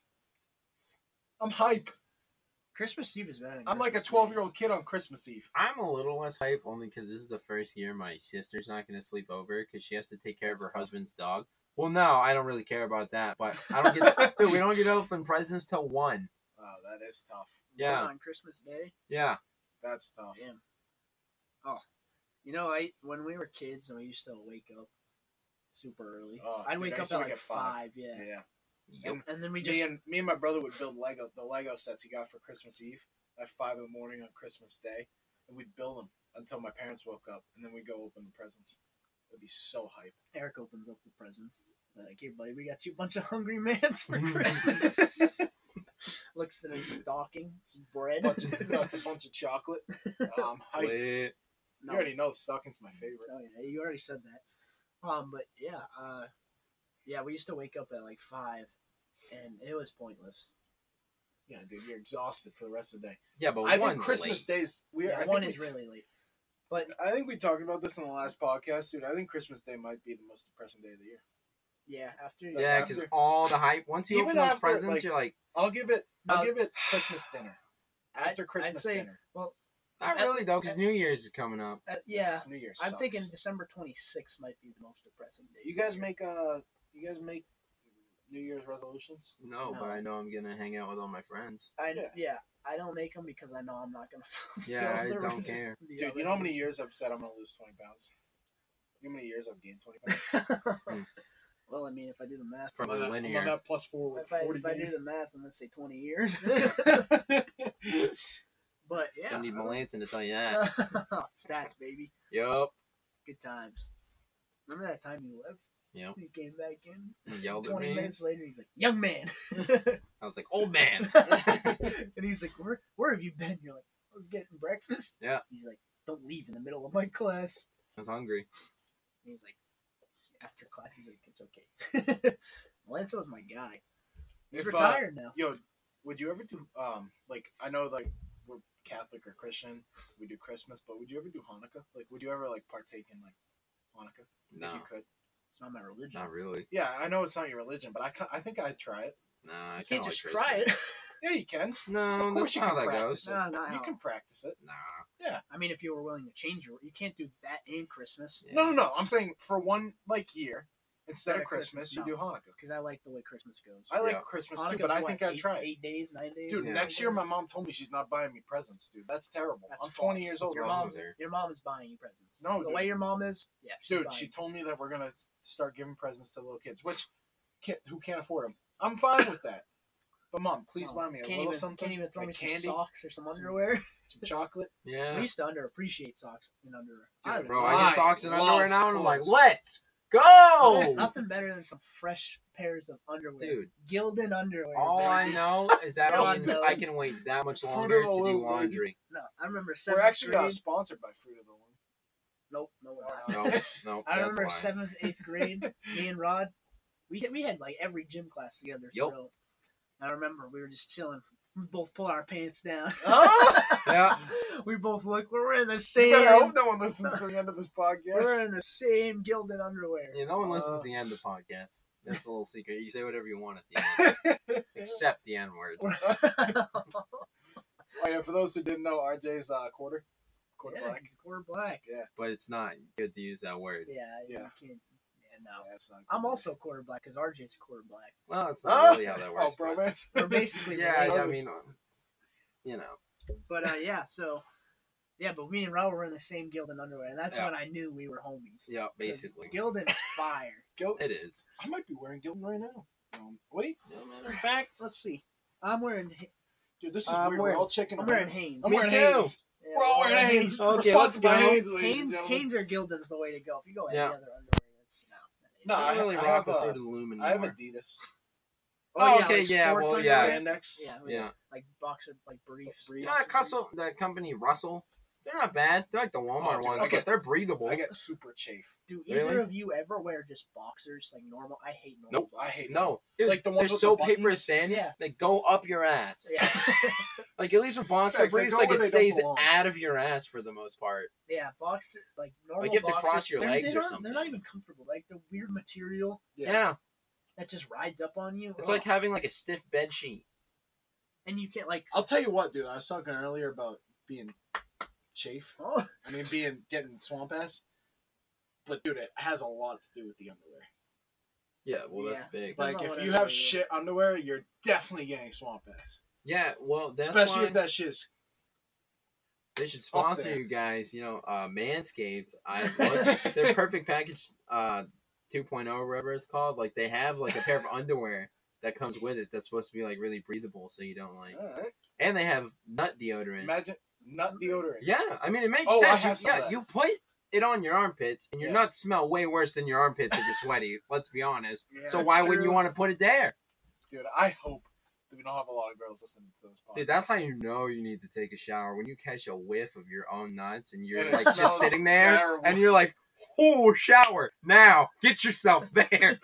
Speaker 2: I'm hype.
Speaker 1: Christmas Eve is better. Than
Speaker 2: I'm like a
Speaker 1: Christmas Eve.
Speaker 2: 12 year old kid on Christmas Eve.
Speaker 3: I'm a little less hype only because this is the first year my sister's not going to sleep over because she has to take care of her
Speaker 2: That's tough.
Speaker 3: husband's dog. Well, no, I don't really care about that, but I don't get. dude, we don't get open presents till one.
Speaker 2: Wow, that is tough.
Speaker 3: Yeah.
Speaker 1: on Christmas Day.
Speaker 3: Yeah,
Speaker 2: That's tough.
Speaker 1: Damn. Oh, you know, I when we were kids and we used to wake up super early.
Speaker 2: Oh,
Speaker 1: I'd
Speaker 2: dude, I
Speaker 1: wake up
Speaker 2: used
Speaker 1: at
Speaker 2: to wake
Speaker 1: like
Speaker 2: at five.
Speaker 1: five. yeah.
Speaker 2: Yeah.
Speaker 3: Yep.
Speaker 1: And, and then we
Speaker 2: me
Speaker 1: just
Speaker 2: and me and my brother would build Lego the Lego sets he got for Christmas Eve at five in the morning on Christmas Day, and we'd build them until my parents woke up, and then we'd go open the presents. It'd be so hype.
Speaker 1: Eric opens up the presents. Like, here, buddy, we got you a bunch of hungry mans for Christmas. Looks in his stocking, some bread.
Speaker 2: Bunch of peanuts, a bunch of chocolate. Um, hype.
Speaker 3: Lit.
Speaker 1: No.
Speaker 2: You already know stocking's my favorite.
Speaker 1: Oh yeah, you already said that. Um, but yeah, uh, yeah, we used to wake up at like five, and it was pointless.
Speaker 2: Yeah, dude, you're exhausted for the rest of the day.
Speaker 3: Yeah, but
Speaker 2: I think
Speaker 3: one's
Speaker 2: Christmas
Speaker 3: late.
Speaker 2: Day's we. I
Speaker 1: Yeah,
Speaker 2: think
Speaker 1: one
Speaker 2: we
Speaker 1: is
Speaker 2: t-
Speaker 1: really late, but
Speaker 2: I think we talked about this in the last podcast, dude. I think Christmas Day might be the most depressing day of the year.
Speaker 1: yeah, after uh,
Speaker 3: Yeah, because all the hype. Once you
Speaker 2: Even
Speaker 3: open those
Speaker 2: after,
Speaker 3: presents,
Speaker 2: like-
Speaker 3: you're like,
Speaker 2: I'll give it. I'll
Speaker 1: Uh,
Speaker 2: give it Christmas dinner.
Speaker 1: I'd-
Speaker 2: After Christmas
Speaker 1: say-
Speaker 2: dinner,
Speaker 3: not
Speaker 1: at-
Speaker 3: really though, because New Year's is coming up.
Speaker 1: uh, yeah.
Speaker 2: New Year's.
Speaker 1: I'm
Speaker 2: sucks.
Speaker 1: thinking December 26th might be the most depressing day.
Speaker 2: You guys make uh you guys make New Year's resolutions?
Speaker 3: No,
Speaker 1: No.
Speaker 3: but I know I'm gonna hang out with all my friends.
Speaker 1: I, yeah.
Speaker 2: Yeah.
Speaker 1: I don't make them because I know I'm not gonna. fulfill
Speaker 3: Yeah, I
Speaker 1: the
Speaker 3: don't
Speaker 1: rest-
Speaker 3: care.
Speaker 1: the
Speaker 2: Dude,
Speaker 1: other
Speaker 2: you know how many years I've said I'm gonna lose twenty pounds? You know how many years I've gained twenty pounds?
Speaker 1: well, I mean, if I do the math,
Speaker 3: Hmm. It's probably
Speaker 2: I'm on that- I'm
Speaker 3: linear.
Speaker 2: on that plus four with
Speaker 1: if I,
Speaker 2: forty.
Speaker 1: if I do the math, I'm gonna say 20 years. but yeah,
Speaker 3: Don't need
Speaker 1: I don't-
Speaker 3: Melanson to tell you that.
Speaker 1: stats, baby.
Speaker 3: yup.
Speaker 1: Good times. Remember that time you left?
Speaker 3: Yep.
Speaker 1: He came back in.
Speaker 3: He yelled at
Speaker 1: 20
Speaker 3: me.
Speaker 1: minutes later, he's like, "Young man,"
Speaker 3: I was like, old man.
Speaker 1: and he's like, "Where, where have you been?" You're like, "I was getting breakfast."
Speaker 3: Yeah.
Speaker 1: He's like, "Don't leave in the middle of my class."
Speaker 3: I was hungry.
Speaker 1: And he's like, after class, he's like, it's okay. Melanson was my guy. He's
Speaker 2: If, uh,
Speaker 1: retired now.
Speaker 2: Yo, would you ever do um like I know like we're Catholic or Christian, we do Christmas, but would you ever do Hanukkah? Like would you ever like partake in like Hanukkah
Speaker 3: No,
Speaker 2: if you could?
Speaker 1: It's not my religion.
Speaker 3: not really.
Speaker 2: Yeah, I know it's not your religion, but I ca- I think I'd try it.
Speaker 3: No, I
Speaker 1: you
Speaker 3: kinda
Speaker 1: can't just
Speaker 3: like
Speaker 1: try it.
Speaker 3: Christmas.
Speaker 2: Yeah, you can.
Speaker 3: No,
Speaker 2: Of course
Speaker 3: that's
Speaker 2: you
Speaker 3: not how
Speaker 2: can
Speaker 3: that
Speaker 2: practice
Speaker 3: goes.
Speaker 2: it.
Speaker 1: no, not
Speaker 2: You
Speaker 1: how.
Speaker 2: can practice it.
Speaker 3: Nah.
Speaker 1: I mean, if you were willing to change your, you can't do that and Christmas.
Speaker 3: Yeah.
Speaker 2: No, no, no. I'm saying for one like year,
Speaker 1: Instead
Speaker 2: Instead of
Speaker 1: of
Speaker 2: Christmas,
Speaker 1: Christmas,
Speaker 2: you do Hanukkah.
Speaker 1: because I like the way Christmas goes.
Speaker 2: I like
Speaker 3: Yeah.
Speaker 2: Christmas
Speaker 1: Hanukkah's
Speaker 2: too, but I
Speaker 1: what,
Speaker 2: think I'd
Speaker 1: eight-
Speaker 2: try it.
Speaker 1: eight days, nine days.
Speaker 2: Dude,
Speaker 3: Yeah.
Speaker 2: next year my mom told me she's not buying me presents, dude. That's terrible.
Speaker 1: That's
Speaker 2: I'm 20
Speaker 1: false.
Speaker 2: years old.
Speaker 1: Your
Speaker 2: I'm
Speaker 3: also
Speaker 1: mom,
Speaker 3: there.
Speaker 1: your mom is buying you presents.
Speaker 2: No,
Speaker 1: the
Speaker 2: dude.
Speaker 1: way your mom is, yeah, she's
Speaker 2: Dude,
Speaker 1: buying
Speaker 2: she
Speaker 1: you.
Speaker 2: told me that we're gonna start giving presents to little kids, which can't, who can't afford them. I'm fine with that. But mom, please
Speaker 1: Oh,
Speaker 2: buy me a
Speaker 1: can't
Speaker 2: little
Speaker 1: even,
Speaker 2: something,
Speaker 1: Can't even throw
Speaker 2: like
Speaker 1: me
Speaker 2: candy,
Speaker 1: some socks or some
Speaker 2: some-
Speaker 1: underwear.
Speaker 2: some chocolate.
Speaker 1: We
Speaker 3: Yeah.
Speaker 1: used to underappreciate socks and underwear.
Speaker 2: Dude,
Speaker 1: I
Speaker 3: Bro,
Speaker 1: love
Speaker 3: I
Speaker 2: Why?
Speaker 3: get socks and
Speaker 2: Love
Speaker 3: underwear now, and I'm like,
Speaker 2: clothes.
Speaker 3: let's
Speaker 1: There's
Speaker 3: go,
Speaker 1: Nothing better than some fresh pairs of underwear.
Speaker 3: Oh. dude.
Speaker 1: Gildan underwear.
Speaker 3: All
Speaker 1: baby.
Speaker 3: I know is that
Speaker 1: Bro,
Speaker 3: means
Speaker 1: those-
Speaker 3: I can wait that much
Speaker 2: Fruit of
Speaker 3: longer
Speaker 2: the
Speaker 3: to do
Speaker 2: Loom,
Speaker 3: laundry.
Speaker 1: No, I remember
Speaker 2: We're
Speaker 1: seventh
Speaker 2: actually
Speaker 1: grade.
Speaker 2: got sponsored by Fruit of the Loom.
Speaker 1: Nope, no, we're not.
Speaker 3: No, no,
Speaker 1: I
Speaker 3: that's
Speaker 1: remember
Speaker 3: why.
Speaker 1: seventh, eighth grade. me and Rod, we had, we had like every gym class together.
Speaker 3: Yup.
Speaker 1: So I remember we were just chilling. We both pull our pants down.
Speaker 3: Yeah.
Speaker 1: we both look. We're in the
Speaker 2: Oh, You
Speaker 1: same.
Speaker 2: better hope no one listens to the end of this podcast.
Speaker 1: We're in the same Gildan underwear.
Speaker 3: Yeah, no one listens
Speaker 2: Uh.
Speaker 3: to the end of the podcast. That's a little secret. You say whatever you want at the end, except the N word.
Speaker 2: Oh, yeah, for those who didn't know, RJ's uh, quarter, quarter
Speaker 1: yeah,
Speaker 2: black.
Speaker 1: he's quarter black.
Speaker 3: But it's not good to use that word.
Speaker 1: Yeah, yeah.
Speaker 2: Yeah.
Speaker 1: You can't, yeah, no.
Speaker 2: That's not
Speaker 1: I'm
Speaker 2: good.
Speaker 1: also quarter black because RJ's quarter black.
Speaker 3: Well, it's not
Speaker 2: Oh,
Speaker 3: really how that works.
Speaker 2: oh, bro,
Speaker 3: but-
Speaker 2: man.
Speaker 1: We're basically
Speaker 3: yeah,
Speaker 1: related.
Speaker 3: I- I
Speaker 2: Brothers.
Speaker 3: mean, uh, you know,
Speaker 1: But uh, yeah, so yeah, but me and Rob were in the same Gildan underwear, and that's
Speaker 3: Yeah.
Speaker 1: when I knew we were homies.
Speaker 3: yeah,
Speaker 1: 'Cause
Speaker 3: basically,
Speaker 1: Gildan's fire.
Speaker 2: Gil-
Speaker 3: it is.
Speaker 2: I might be wearing Gildan right now. Um, wait,
Speaker 3: No matter of fact,
Speaker 1: Let's see. I'm wearing
Speaker 2: dude, this is
Speaker 3: I'm
Speaker 2: weird.
Speaker 3: wearing-
Speaker 2: We're all checking.
Speaker 1: I'm
Speaker 2: around.
Speaker 1: wearing Hanes.
Speaker 2: I'm
Speaker 3: Me
Speaker 2: wearing
Speaker 3: too.
Speaker 2: Hanes.
Speaker 1: Yeah,
Speaker 2: We're all
Speaker 1: I'm
Speaker 2: wearing Hanes.
Speaker 3: Okay,
Speaker 2: We're
Speaker 3: let's
Speaker 2: sponsored by
Speaker 3: go.
Speaker 2: Hanes, ladies and
Speaker 1: Hanes,
Speaker 2: gentlemen.
Speaker 1: Hanes or Gildan's the way to go. If you go any
Speaker 3: Yeah.
Speaker 1: other underwear, it's no.
Speaker 2: No,
Speaker 3: I
Speaker 2: I
Speaker 3: don't
Speaker 2: have-
Speaker 3: really
Speaker 2: I
Speaker 3: rock
Speaker 2: have,
Speaker 3: the
Speaker 2: uh,
Speaker 3: fruit of the loom anymore.
Speaker 2: I have Adidas.
Speaker 3: oh, okay,
Speaker 1: like
Speaker 3: yeah,
Speaker 1: sports
Speaker 3: well,
Speaker 1: like
Speaker 3: yeah,
Speaker 1: that.
Speaker 2: Spandex.
Speaker 1: yeah, with,
Speaker 3: yeah.
Speaker 1: like boxer, like briefs.
Speaker 2: Briefs.
Speaker 3: You know that, Cussel, that company Russell? They're not bad. They're like the Walmart
Speaker 2: Oh, dude,
Speaker 3: ones,
Speaker 2: I get-
Speaker 3: but they're breathable.
Speaker 2: I get super chafe.
Speaker 1: Do either
Speaker 3: Really?
Speaker 1: of you ever wear just boxers, like normal? I hate normal.
Speaker 3: Nope.
Speaker 2: I hate
Speaker 3: no, dude,
Speaker 2: Like the ones
Speaker 3: they're
Speaker 2: with
Speaker 3: so
Speaker 2: the
Speaker 3: paper
Speaker 2: buttons?
Speaker 3: thin.
Speaker 1: Yeah.
Speaker 3: They go up your ass.
Speaker 1: Yeah,
Speaker 3: Like at least with boxer
Speaker 2: Facts, they
Speaker 3: briefs,
Speaker 2: go
Speaker 3: like it
Speaker 2: where they don't
Speaker 3: stays
Speaker 2: belong.
Speaker 3: out of your ass for the most part.
Speaker 1: yeah, boxer, like normal.
Speaker 3: you have to
Speaker 1: boxers,
Speaker 3: cross your
Speaker 1: they're-
Speaker 3: legs
Speaker 1: they
Speaker 3: or
Speaker 1: aren't- They're not
Speaker 3: something.
Speaker 1: even comfortable. Like the weird material
Speaker 3: Yeah,
Speaker 1: that just rides up on you.
Speaker 3: it's
Speaker 1: Ugh.
Speaker 3: like having like a stiff bed sheet.
Speaker 1: and you can't like.
Speaker 2: I'll tell you what, dude. I was talking earlier about being chafe.
Speaker 1: Oh,
Speaker 2: I mean, being getting swamp ass. But dude, it has a lot to do with the underwear.
Speaker 3: Yeah, well that's big.
Speaker 1: Depends
Speaker 2: Like
Speaker 1: on
Speaker 2: if
Speaker 1: what
Speaker 2: you
Speaker 1: underwear
Speaker 2: have
Speaker 1: you
Speaker 2: shit underwear, you're definitely getting swamp ass.
Speaker 3: Yeah, well that's
Speaker 2: Especially
Speaker 3: why
Speaker 2: if that shit's
Speaker 3: they should
Speaker 2: up
Speaker 3: sponsor
Speaker 2: there.
Speaker 3: you guys. You know, uh, Manscaped. I looked, their perfect package uh, 2.0, or whatever it's called. Like they have like a pair of underwear that comes with it that's supposed to be like really breathable, so you don't like.
Speaker 2: Alright.
Speaker 3: And they have nut deodorant.
Speaker 2: Imagine nut deodorant.
Speaker 3: Yeah, I mean it makes
Speaker 2: Oh, I
Speaker 3: sense.
Speaker 2: have
Speaker 3: You-
Speaker 2: some of
Speaker 3: yeah,
Speaker 2: that.
Speaker 3: you put it on your armpits, and your
Speaker 2: Yeah.
Speaker 3: nuts smell way worse than your armpits if you're sweaty. let's be honest.
Speaker 1: Yeah,
Speaker 3: so
Speaker 1: that's
Speaker 3: why wouldn't
Speaker 1: true.
Speaker 3: you want to put it there,
Speaker 2: Dude, I hope that we don't have a lot of girls listening to this podcast.
Speaker 3: dude? That's how you know you need to take a shower when you catch a whiff of your own nuts, and you're
Speaker 2: And it
Speaker 3: like just
Speaker 2: smells
Speaker 3: sitting there,
Speaker 2: terrible.
Speaker 3: and you're like, "Oh, shower now! Get yourself there."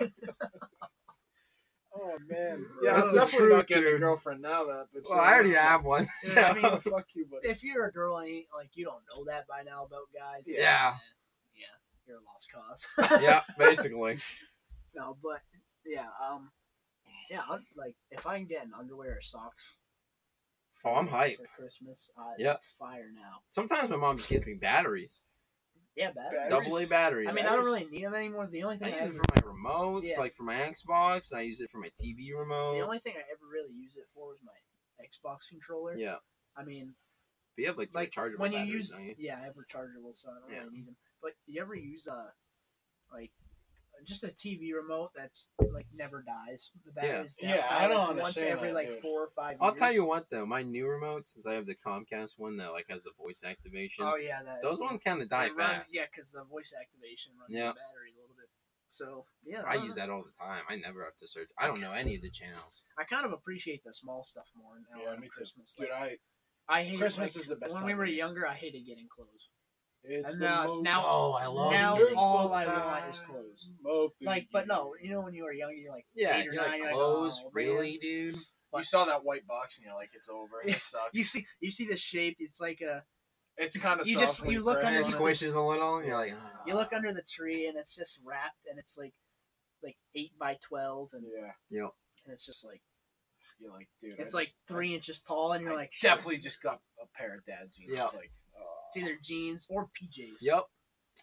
Speaker 2: Oh man.
Speaker 1: Bro.
Speaker 2: Yeah, I'm
Speaker 1: That's the
Speaker 2: definitely
Speaker 3: truth,
Speaker 2: not getting a
Speaker 3: dude.
Speaker 2: girlfriend now that I've been
Speaker 3: well, I already
Speaker 2: single.
Speaker 3: have one.
Speaker 1: Yeah,
Speaker 3: so-
Speaker 1: I mean-
Speaker 2: fuck you, buddy.
Speaker 1: if you're a girl and you- like you don't know that by now about guys,
Speaker 3: Yeah.
Speaker 1: yeah, you're a lost cause.
Speaker 3: yeah, basically.
Speaker 1: no, but yeah, um, yeah, I'd, like if I can get an underwear or socks. for-
Speaker 3: Oh, I'm hype.
Speaker 1: for Christmas. Uh,
Speaker 3: Yeah.
Speaker 1: it's fire now.
Speaker 3: Sometimes my mom just gives me batteries,
Speaker 1: Yeah, bad.
Speaker 2: Batteries?
Speaker 3: double A batteries.
Speaker 1: I mean, I don't really need them anymore. The only
Speaker 3: I
Speaker 1: thing I,
Speaker 3: use it
Speaker 1: ever,
Speaker 3: for my remote,
Speaker 1: Yeah.
Speaker 3: like for my Xbox, and I use it for my TV remote.
Speaker 1: the only thing I ever really use it for was my Xbox controller.
Speaker 3: yeah.
Speaker 1: I mean,
Speaker 3: But you have like,
Speaker 1: like
Speaker 3: rechargeable
Speaker 1: when you
Speaker 3: batteries,
Speaker 1: use
Speaker 3: don't you?
Speaker 1: yeah, I have rechargeable, so I don't
Speaker 3: Yeah.
Speaker 1: really need them. But you ever use a like just a TV remote that's like never dies? The
Speaker 3: Yeah.
Speaker 1: battery's
Speaker 2: Yeah,
Speaker 1: down
Speaker 2: I don't
Speaker 1: like, once
Speaker 2: understand
Speaker 1: every
Speaker 2: that,
Speaker 1: like
Speaker 2: dude.
Speaker 1: four or five.
Speaker 3: I'll tell
Speaker 1: years.
Speaker 3: you what though, my new remote, since I have the Comcast one that like has the voice activation,
Speaker 1: Oh yeah, that
Speaker 3: those ones kind of die
Speaker 1: they run-
Speaker 3: fast.
Speaker 1: yeah, because the voice activation runs
Speaker 3: Yeah.
Speaker 1: the battery a little bit. So yeah,
Speaker 3: I
Speaker 1: don't
Speaker 3: use
Speaker 1: know.
Speaker 3: that all the time. I never have to search. I don't know any of the channels.
Speaker 1: I kind of appreciate the small stuff more now
Speaker 2: Yeah,
Speaker 1: on
Speaker 2: me too.
Speaker 1: Christmas.
Speaker 2: Dude,
Speaker 1: Like,
Speaker 2: I
Speaker 1: I hate
Speaker 2: Christmas
Speaker 1: like,
Speaker 2: is the best
Speaker 1: When
Speaker 2: time
Speaker 1: we
Speaker 2: of
Speaker 1: were
Speaker 2: year.
Speaker 1: younger, I hated getting clothes.
Speaker 2: it's
Speaker 1: And
Speaker 2: the
Speaker 1: now-
Speaker 2: most
Speaker 1: now- Oh,
Speaker 3: I love
Speaker 1: now
Speaker 2: beautiful
Speaker 1: all I
Speaker 2: time
Speaker 1: want is clothes.
Speaker 2: of the
Speaker 1: Like, but no,
Speaker 2: year.
Speaker 1: you know when you were younger, you're like
Speaker 3: Yeah,
Speaker 1: eight or
Speaker 3: you're
Speaker 1: nine,
Speaker 3: like
Speaker 1: you're
Speaker 3: clothes,
Speaker 1: oh, man."
Speaker 3: really, dude?
Speaker 2: you saw that white box and you're like, it's over.
Speaker 1: Yeah,
Speaker 2: It sucks.
Speaker 1: You see, you see the shape. It's like a.
Speaker 2: it's kind of
Speaker 1: you
Speaker 2: soft
Speaker 1: just-
Speaker 2: when
Speaker 1: you look
Speaker 2: press
Speaker 3: And it
Speaker 1: under-
Speaker 2: on
Speaker 1: square-
Speaker 3: squishes a little, and you're like, ah.
Speaker 1: You look under the tree, and it's just wrapped, and it's like, like eight by twelve, and,
Speaker 2: Yeah,
Speaker 3: You know,
Speaker 1: and it's just like
Speaker 2: you're like, dude.
Speaker 1: it's
Speaker 2: I
Speaker 1: like
Speaker 2: just-
Speaker 1: three inches tall, and
Speaker 2: I
Speaker 1: you're like shit.
Speaker 2: definitely just got a pair of dad jeans.
Speaker 3: Yeah.
Speaker 2: Like, oh.
Speaker 1: It's either jeans or PJs.
Speaker 3: yep.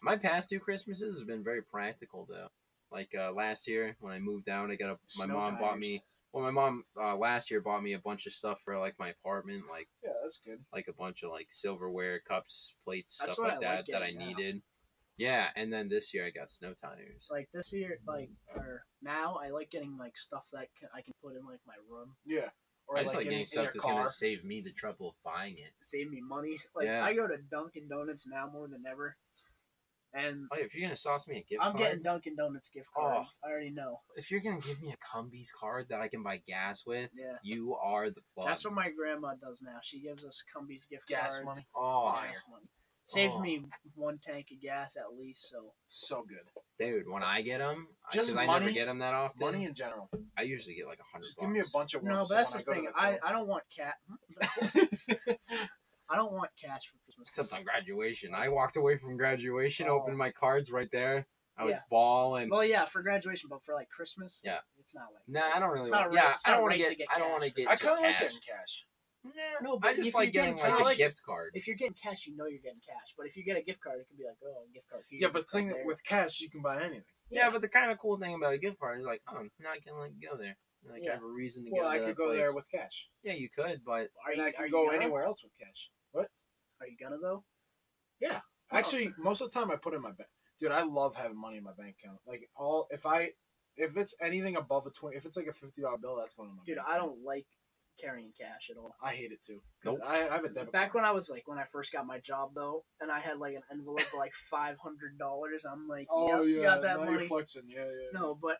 Speaker 3: My past two Christmases have been very practical though. Like uh, last year when I moved down, I got a my
Speaker 2: Snow
Speaker 3: mom bought
Speaker 2: tires.
Speaker 3: me. Well, my mom uh, last year bought me a bunch of stuff for like my apartment, like
Speaker 2: Yeah, that's good.
Speaker 3: like a bunch of like silverware, cups, plates,
Speaker 1: That's
Speaker 3: stuff
Speaker 1: what
Speaker 3: like
Speaker 1: I
Speaker 3: that
Speaker 1: like
Speaker 3: that I
Speaker 1: getting now.
Speaker 3: needed. Yeah, and then this year I got snow tires.
Speaker 1: Like this year, like or now, I like getting like stuff that ca- I can put in like my room,
Speaker 2: Yeah. Or
Speaker 3: I just like,
Speaker 2: in-
Speaker 3: getting
Speaker 2: in
Speaker 3: stuff
Speaker 2: your
Speaker 3: that's
Speaker 2: car.
Speaker 3: gonna save me the trouble of buying it.
Speaker 1: save me money. Like
Speaker 3: Yeah.
Speaker 1: I go to Dunkin' Donuts now more than ever, and
Speaker 3: Oh, if you're gonna sauce me a gift
Speaker 1: I'm
Speaker 3: card,
Speaker 1: getting Dunkin' Donuts gift cards.
Speaker 2: Oh.
Speaker 1: I already know.
Speaker 3: if you're gonna give me a Cumbies card that I can buy gas with,
Speaker 1: Yeah.
Speaker 3: you are the plug.
Speaker 1: That's what my grandma does now. She gives us Cumbies gift
Speaker 2: Gas
Speaker 1: cards.
Speaker 2: money.
Speaker 3: oh,
Speaker 1: Gas money. Saves
Speaker 3: Oh.
Speaker 1: me one tank of gas at least. So
Speaker 2: So good.
Speaker 3: dude, when I get them,
Speaker 2: Just
Speaker 3: because I never
Speaker 2: money-
Speaker 3: get them that often.
Speaker 2: Money in general.
Speaker 3: I usually get like a hundred.
Speaker 2: Just give me a
Speaker 3: bucks.
Speaker 2: bunch of ones.
Speaker 1: no, but
Speaker 2: so
Speaker 1: that's
Speaker 2: when
Speaker 1: the thing. I, I don't want cat. I don't want cash for Christmas.
Speaker 3: Except on graduation, I walked away from graduation,
Speaker 1: Oh.
Speaker 3: opened my cards right there. I was
Speaker 1: Yeah.
Speaker 3: balling.
Speaker 1: Well, yeah, for graduation, but for like Christmas,
Speaker 3: Yeah.
Speaker 1: it's not like.
Speaker 3: Nah, I don't
Speaker 1: It's
Speaker 3: really.
Speaker 1: not
Speaker 3: Want,
Speaker 1: right-
Speaker 3: yeah,
Speaker 1: it's
Speaker 3: I
Speaker 1: not
Speaker 3: don't want
Speaker 1: right
Speaker 3: to
Speaker 1: to
Speaker 3: get,
Speaker 1: get
Speaker 3: I don't
Speaker 1: cash
Speaker 3: want to
Speaker 1: for
Speaker 3: get.
Speaker 2: I
Speaker 3: just
Speaker 2: kind of like
Speaker 3: cash.
Speaker 2: getting cash.
Speaker 3: Nah,
Speaker 1: No,
Speaker 3: I
Speaker 1: but
Speaker 3: just
Speaker 1: if you're
Speaker 3: like
Speaker 1: getting
Speaker 3: getting like
Speaker 1: cash-
Speaker 3: a
Speaker 1: I like-
Speaker 3: gift card.
Speaker 1: If you're getting cash, you know you're getting cash. But if you get a gift card, it could be like, oh, a gift card here.
Speaker 2: Yeah, but
Speaker 1: gift
Speaker 2: the thing
Speaker 1: card
Speaker 2: that
Speaker 1: there.
Speaker 2: with cash, you can buy anything.
Speaker 3: Yeah, but the kind of cool thing about a gift card is like, oh, now I can like go there. Like
Speaker 1: Yeah.
Speaker 3: I have a reason to
Speaker 2: Well,
Speaker 3: go.
Speaker 2: I
Speaker 3: to
Speaker 2: could
Speaker 3: that
Speaker 2: go
Speaker 3: place.
Speaker 2: there with cash.
Speaker 3: Yeah, you could, but
Speaker 1: are
Speaker 2: and
Speaker 1: you,
Speaker 2: I
Speaker 1: are
Speaker 2: can
Speaker 1: you
Speaker 2: go
Speaker 1: gonna?
Speaker 2: anywhere else with cash. What?
Speaker 1: Are you gonna though? Oh.
Speaker 2: Actually, most of the time I put in my bank. Dude, I love having money in my bank account. Like all, if I, if it's anything above a twenty, if it's like a fifty dollar bill, that's going in my.
Speaker 1: Dude,
Speaker 2: bank
Speaker 1: I
Speaker 2: account.
Speaker 1: don't like carrying cash at all.
Speaker 2: I hate it too. 'Cause
Speaker 3: Nope.
Speaker 2: I, I have a debit.
Speaker 1: Back
Speaker 2: card.
Speaker 1: when I was like, when I first got my job though, and I had like an envelope of like five hundred dollars, I'm like,
Speaker 2: Oh
Speaker 1: yep,
Speaker 2: yeah,
Speaker 1: you got that
Speaker 2: now
Speaker 1: money.
Speaker 2: you're flexing. Yeah, yeah.
Speaker 1: no, but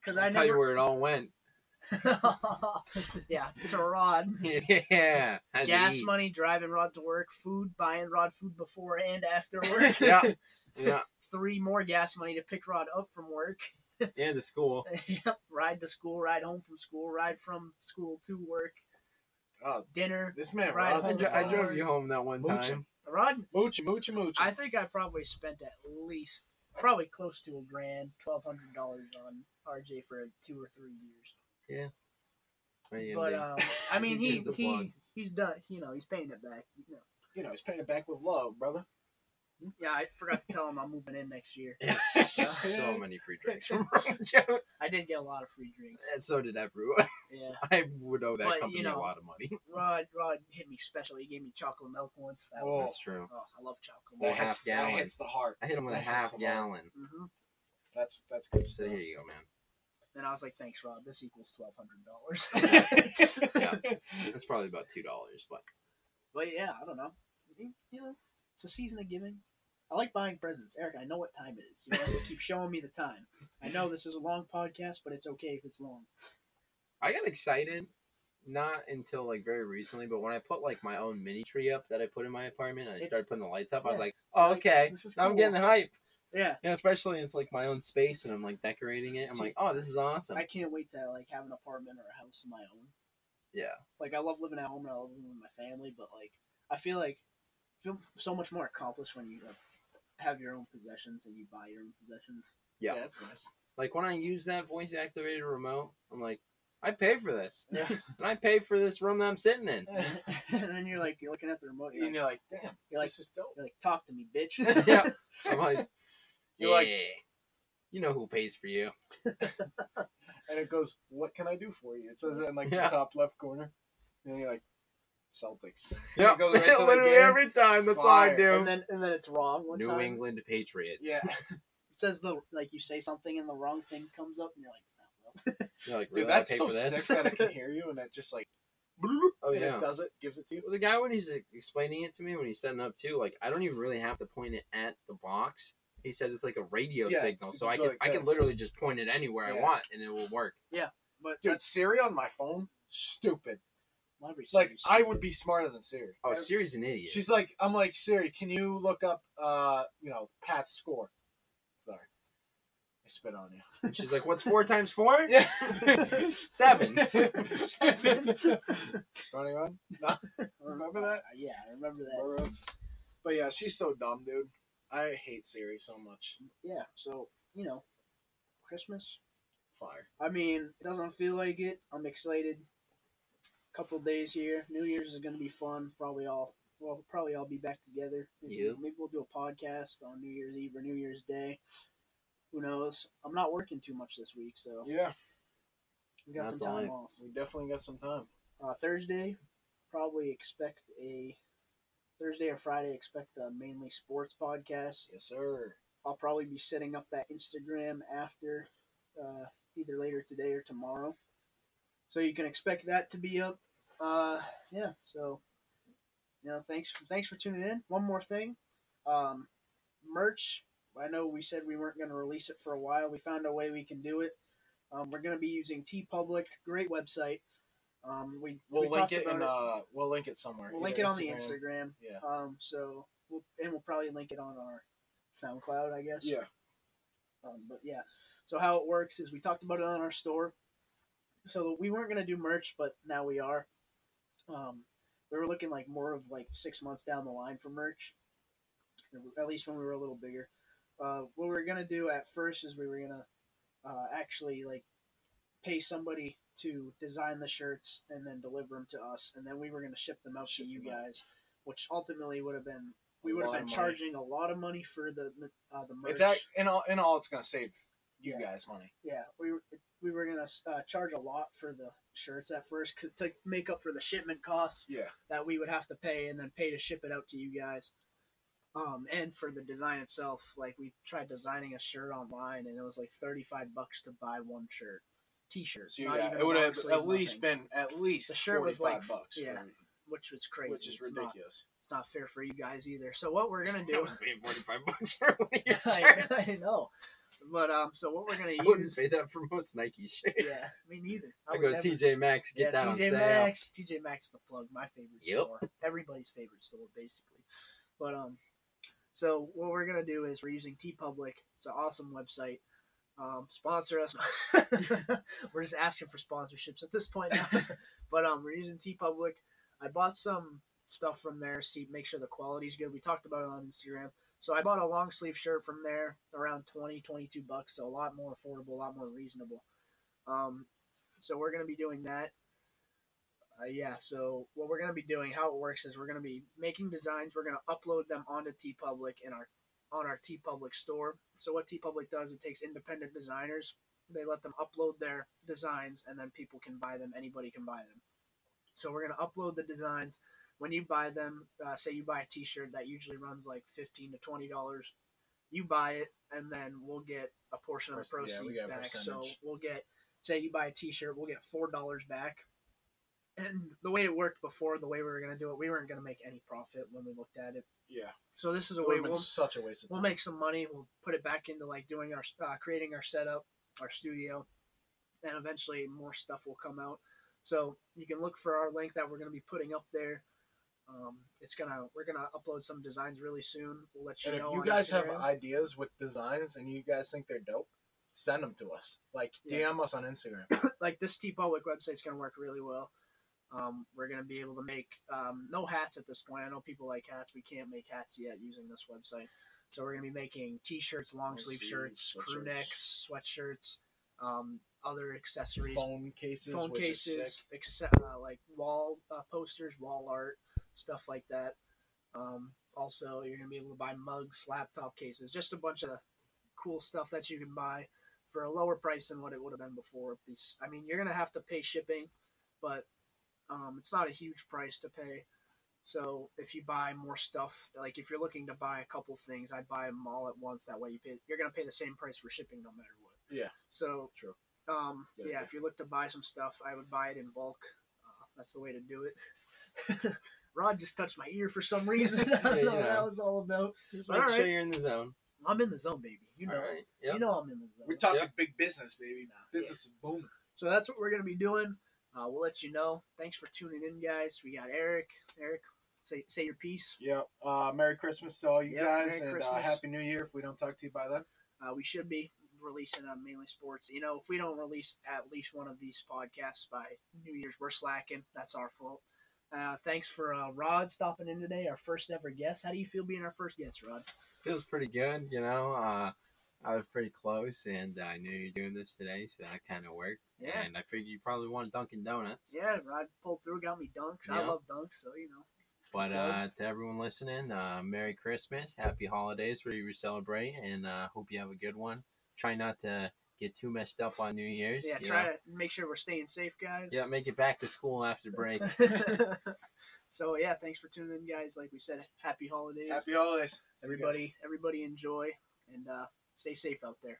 Speaker 1: because
Speaker 3: I'll
Speaker 1: I
Speaker 3: tell you
Speaker 1: never.
Speaker 3: where it all went.
Speaker 1: yeah, it's a rod.
Speaker 3: yeah, had to
Speaker 1: Gas
Speaker 3: eat.
Speaker 1: money, driving Rod to work, food, buying Rod food before and after work.
Speaker 3: Yeah, yeah,
Speaker 1: Three more gas money to pick Rod up from work.
Speaker 3: yeah. The school.
Speaker 1: Yep, ride to school, ride home from school, ride from school to work,
Speaker 3: Oh.
Speaker 2: God,
Speaker 1: dinner.
Speaker 2: this man.
Speaker 1: Right,
Speaker 3: I,
Speaker 2: Rod's
Speaker 1: I
Speaker 2: on
Speaker 1: dri-
Speaker 3: dro-
Speaker 1: I
Speaker 3: I
Speaker 2: fire.
Speaker 1: drove
Speaker 3: drove you home that one
Speaker 2: Mooching.
Speaker 3: time.
Speaker 1: Rod,
Speaker 2: Moochie, moochie, moochie.
Speaker 1: I think I probably spent at least probably close to a grand, twelve hundred dollars on RJ for two or three years.
Speaker 3: What are you gonna
Speaker 1: But
Speaker 3: do?
Speaker 1: um, I mean, he
Speaker 3: He's a
Speaker 1: he
Speaker 3: plug.
Speaker 1: he's done. You know, he's paying it back. You know.
Speaker 2: you know, he's paying it back with love, brother.
Speaker 1: Yeah, I forgot to tell him I'm moving in next year.
Speaker 3: Yes, so many free drinks from Roman Jones.
Speaker 1: I did get a lot of free drinks.
Speaker 3: And so did everyone.
Speaker 1: Yeah,
Speaker 3: I would owe that
Speaker 1: But, you
Speaker 3: company
Speaker 1: know,
Speaker 3: a lot of money.
Speaker 1: Rod Rod hit me special. He gave me chocolate milk once. That was
Speaker 2: Oh.
Speaker 3: That's true.
Speaker 1: oh, I love chocolate
Speaker 3: Well,
Speaker 1: milk.
Speaker 2: That
Speaker 3: half
Speaker 2: hits, that
Speaker 3: gallon.
Speaker 2: hits the heart.
Speaker 3: I hit him with a
Speaker 2: That hits a
Speaker 3: half
Speaker 2: lot.
Speaker 3: gallon.
Speaker 1: hmm
Speaker 2: That's that's good
Speaker 3: So
Speaker 2: stuff.
Speaker 3: here you go, man.
Speaker 1: And I was like, thanks, Rod. This equals twelve hundred dollars.
Speaker 3: That's probably about two dollars, but
Speaker 1: But yeah, I don't know. You know, it's a season of giving. I like buying presents, Eric. I know what time it is. You, know, you keep showing me the time. I know this is a long podcast, but it's okay if it's long.
Speaker 3: I got excited not until like very recently, but when I put like my own mini tree up that I put in my apartment and I
Speaker 1: It's-
Speaker 3: started putting the lights up, I was
Speaker 1: yeah.
Speaker 3: like, oh, okay,
Speaker 2: This is
Speaker 3: now I'm
Speaker 2: cool.
Speaker 3: getting hype.
Speaker 1: Yeah,
Speaker 3: Yeah, especially it's like my own space and I'm like decorating it. I'm
Speaker 1: See,
Speaker 3: like, oh, this is awesome.
Speaker 1: I can't wait to like have an apartment or a house of my own.
Speaker 3: Yeah.
Speaker 1: Like I love living at home and I love living with my family, but like I feel like I feel so much more accomplished when you like, have your own possessions and you buy your own possessions.
Speaker 3: Yeah.
Speaker 2: that's nice.
Speaker 3: Like when I use that voice activated remote, I'm like, I pay for this.
Speaker 2: Yeah.
Speaker 3: And I pay for this room that I'm sitting in.
Speaker 1: and then you're like you're looking at the remote. You're
Speaker 2: and
Speaker 1: like,
Speaker 2: you're like, damn,
Speaker 1: you're like,
Speaker 2: this is dope.
Speaker 1: you're like talk to me, bitch.
Speaker 3: yeah. I'm like,
Speaker 2: You're like-
Speaker 3: "Yeah. you know who pays for you.
Speaker 2: And it goes, what can I do for you? It says it in like
Speaker 3: Yeah.
Speaker 2: the top left corner. And then you're like, Celtics.
Speaker 3: Yeah,
Speaker 2: goes right to the
Speaker 3: literally
Speaker 2: game.
Speaker 3: every time. That's all I
Speaker 2: Fire.
Speaker 3: do.
Speaker 1: and then and then it's wrong. One
Speaker 3: New
Speaker 1: time.
Speaker 3: England Patriots.
Speaker 2: Yeah.
Speaker 1: It says the like you say something and the wrong thing comes up and you're like, oh, well.
Speaker 3: You're like,
Speaker 2: Dude,
Speaker 3: really? I
Speaker 2: that's
Speaker 3: pay
Speaker 2: so
Speaker 3: for this?
Speaker 2: sick that it can hear you and it just like,
Speaker 3: Oh
Speaker 2: and
Speaker 3: yeah.
Speaker 2: it does it, gives it to you.
Speaker 3: Well, the guy when he's like, explaining it to me when he's setting up too, like I don't even really have to point it at the box. He said it's like a radio
Speaker 2: Yeah,
Speaker 3: signal,
Speaker 2: it's
Speaker 3: so I
Speaker 2: go
Speaker 3: can
Speaker 2: like
Speaker 3: I can
Speaker 2: this.
Speaker 3: literally just point it anywhere I
Speaker 2: Yeah.
Speaker 3: want and it will work.
Speaker 1: But
Speaker 2: Dude, Siri on my phone, stupid.
Speaker 1: my research
Speaker 2: Like,
Speaker 1: is
Speaker 2: I
Speaker 1: stupid.
Speaker 2: would be smarter than Siri.
Speaker 3: Oh, Siri's an idiot.
Speaker 2: She's like, I'm like, Siri, can you look up, uh, you know, Pat's score? Sorry. I spit on you.
Speaker 3: She's like, what's four times four?
Speaker 2: Yeah.
Speaker 3: Seven.
Speaker 1: Seven.
Speaker 2: Running on? remember that?
Speaker 1: Uh, yeah, I remember that.
Speaker 2: Burrow. But yeah, she's so dumb, dude. I hate Siri so much.
Speaker 1: Yeah, so you know, Christmas.
Speaker 2: Fire.
Speaker 1: I mean, it doesn't feel like it. I'm excited. Couple days here. New Year's is gonna be fun. Probably all well, probably all be back together. Maybe,
Speaker 3: Yeah.
Speaker 1: maybe we'll do a podcast on New Year's Eve or New Year's Day. Who knows? I'm not working too much this week, so
Speaker 2: Yeah,
Speaker 1: we got
Speaker 3: That's
Speaker 1: some time
Speaker 3: life.
Speaker 1: off.
Speaker 2: we definitely got some time.
Speaker 1: Uh, Thursday, probably expect a Thursday or Friday. Expect a mainly sports podcast.
Speaker 2: Yes, sir.
Speaker 1: I'll probably be setting up that Instagram after uh, either later today or tomorrow. So you can expect that to be up. Uh, yeah. So you know, thanks thanks for tuning in. One more thing, um, merch. I know we said we weren't going to release it for a while. We found a way we can do it. Um, we're going to be using T Public, great website. Um, we
Speaker 2: We'll
Speaker 1: we
Speaker 2: link
Speaker 1: talked
Speaker 2: it
Speaker 1: about
Speaker 2: in. Uh, we'll link it somewhere.
Speaker 1: We'll link it
Speaker 2: Either
Speaker 1: on the Instagram.
Speaker 2: Yeah.
Speaker 1: Um, so we'll, and we'll probably link it on our SoundCloud, I guess.
Speaker 2: Yeah,
Speaker 1: Um, but yeah, so how it works is we talked about it on our store. So we weren't gonna do merch, but now we are. Um, we were looking like more of like six months down the line for merch, at least when we were a little bigger. Uh, what we were gonna do at first is we were gonna uh, actually like pay somebody to design the shirts and then deliver them to us, and then we were gonna ship them out to you
Speaker 2: them out.
Speaker 1: guys, which ultimately would have been
Speaker 2: A
Speaker 1: we would have
Speaker 2: lot
Speaker 1: been
Speaker 2: of money.
Speaker 1: charging a lot of money for the uh, the merch.
Speaker 2: it's act, in all in all, it's gonna save you
Speaker 1: Yeah.
Speaker 2: guys money.
Speaker 1: Yeah, we were, we were gonna uh, charge a lot for the shirts at first 'cause- to make up for the shipment costs
Speaker 2: Yeah,
Speaker 1: that we would have to pay and then pay to ship it out to you guys. Um, and for the design itself, like we tried designing a shirt online and it was like thirty five bucks to buy one shirt, t shirt.
Speaker 2: so you got, it would have at least been at least
Speaker 1: The shirt was
Speaker 2: $45
Speaker 1: like-
Speaker 2: bucks,
Speaker 1: yeah,
Speaker 2: for-
Speaker 1: which was crazy,
Speaker 2: which is
Speaker 1: It's not-
Speaker 2: ridiculous.
Speaker 1: it's not fair for you guys either. So what we're gonna
Speaker 3: I
Speaker 1: do?
Speaker 3: was paying forty five bucks for one of your
Speaker 1: I,
Speaker 3: shirts.
Speaker 1: I know, but um, so what we're gonna
Speaker 3: I
Speaker 1: use?
Speaker 3: wouldn't pay that for most Nike shirts.
Speaker 1: Yeah, me neither.
Speaker 3: I
Speaker 1: would
Speaker 3: go
Speaker 1: never-
Speaker 3: TJ Maxx, get that on
Speaker 1: TJ
Speaker 3: sale.
Speaker 1: Maxx. TJ Maxx is the plug. My favorite
Speaker 3: Yep.
Speaker 1: store. Everybody's favorite store, basically. But um, so what we're gonna do is we're using T Public. It's an awesome website. Um, sponsor us. we're just asking for sponsorships at this point now. but um, we're using T Public. I bought some stuff from there. See, make sure the quality's good. We talked about it on Instagram. So I bought a long sleeve shirt from there, around 20, 22 bucks. So a lot more affordable, a lot more reasonable. Um, so we're gonna be doing that. Uh, yeah, so what we're going to be doing, how it works is we're going to be making designs. We're going to upload them onto TeePublic and our on our TeePublic store. So what TeePublic does, it takes independent designers. They let them upload their designs, and then people can buy them. Anybody can buy them. So we're going to upload the designs. When you buy them, uh, say you buy a T-shirt that usually runs like fifteen to twenty dollars. You buy it, and then we'll get a portion of the
Speaker 2: Pers- yeah,
Speaker 1: proceeds
Speaker 2: we get a
Speaker 1: back. So
Speaker 2: percentage.
Speaker 1: we'll get, say you buy a T-shirt, we'll get four dollars back and the way it worked before, the way we were going to do it, we weren't going to make any profit when we looked at it.
Speaker 2: Yeah,
Speaker 1: So this is a
Speaker 2: it
Speaker 1: way
Speaker 2: would have been
Speaker 1: we'll,
Speaker 2: such a waste of
Speaker 1: we'll
Speaker 2: time.
Speaker 1: make some money. We'll put it back into like doing our uh, creating our setup, our studio, and eventually more stuff will come out. So you can look for our link that we're going to be putting up there. Um, it's gonna we're gonna upload some designs really soon. We'll let you
Speaker 2: and if
Speaker 1: know.
Speaker 2: you
Speaker 1: on
Speaker 2: guys have
Speaker 1: Instagram.
Speaker 2: ideas with designs and you guys think they're dope, send them to us. Like
Speaker 1: Yeah.
Speaker 2: DM us on Instagram.
Speaker 1: like this T Public website's going to work really well. Um, we're going to be able to make um, no hats at this point. I know people like hats. We can't make hats yet using this website. So we're going to be making T-shirts, long sleeve
Speaker 2: sleeves,
Speaker 1: shirts, crew
Speaker 2: sweatshirts.
Speaker 1: necks, sweatshirts, um, other accessories,
Speaker 2: Phone cases,
Speaker 1: phone
Speaker 2: which is sick.
Speaker 1: cases, except uh, like wall uh, posters, wall art, stuff like that. Um, also, you're gonna be able to buy mugs, laptop cases, just a bunch of cool stuff that you can buy for a lower price than what it would have been before. It's- I mean, you're gonna have to pay shipping, but um, it's not a huge price to pay. So if you buy more stuff, like if you're looking to buy a couple things, I'd buy them all at once. That way, you pay, you're gonna pay the same price for shipping no matter what.
Speaker 2: Yeah.
Speaker 1: So
Speaker 2: True.
Speaker 1: Um,
Speaker 2: Yeah,
Speaker 1: yeah,
Speaker 2: yeah.
Speaker 1: if you look to buy some stuff, I would buy it in bulk. Uh, that's the way to do it. Rod just touched my ear for some reason. I don't
Speaker 3: Yeah,
Speaker 1: know
Speaker 3: you
Speaker 1: what that
Speaker 3: know.
Speaker 1: was all about.
Speaker 3: Just
Speaker 1: All
Speaker 3: make sure
Speaker 1: right.
Speaker 3: you're in the zone.
Speaker 1: I'm in the zone, baby. You know,
Speaker 3: All right. Yep.
Speaker 1: you know I'm in the zone.
Speaker 2: We're talking
Speaker 3: Yep.
Speaker 2: big business, baby. Business is booming.
Speaker 1: So that's what we're gonna be doing. Uh, we'll let you know. Thanks for tuning in, guys. We got Eric. Eric, say say your piece.
Speaker 2: Yeah. Uh, Merry Christmas to all you
Speaker 1: Yeah,
Speaker 2: guys,
Speaker 1: Merry
Speaker 2: and uh,
Speaker 1: Christmas.
Speaker 2: Happy New Year. If we don't talk to you by then,
Speaker 1: Uh, we should be releasing on mainly sports. You know, if we don't release at least one of these podcasts by New Year's, we're slacking. That's our fault. Uh, thanks for uh, Rod stopping in today, our first ever guest. How do you feel being our first guest, Rod?
Speaker 3: feels pretty good, you know. Uh, I was pretty close, and I knew you were doing this today, so that kind of worked.
Speaker 1: Yeah.
Speaker 3: And I figured you probably want Dunkin' Donuts.
Speaker 1: Yeah, Rod pulled through, got me dunks. I
Speaker 3: Yeah.
Speaker 1: love dunks, so you know.
Speaker 3: But
Speaker 1: Yeah.
Speaker 3: uh, to everyone listening, uh, Merry Christmas, Happy Holidays, where you celebrate, and uh, hope you have a good one. try not to get too messed up on New Year's.
Speaker 1: Yeah,
Speaker 3: you
Speaker 1: try
Speaker 3: know?
Speaker 1: to make sure we're staying safe, guys.
Speaker 3: Yeah, make it back to school after break.
Speaker 1: so yeah, thanks for tuning in, guys. Like we said, happy holidays,
Speaker 2: Happy holidays, See you guys.
Speaker 1: everybody. Everybody enjoy and uh, stay safe out there.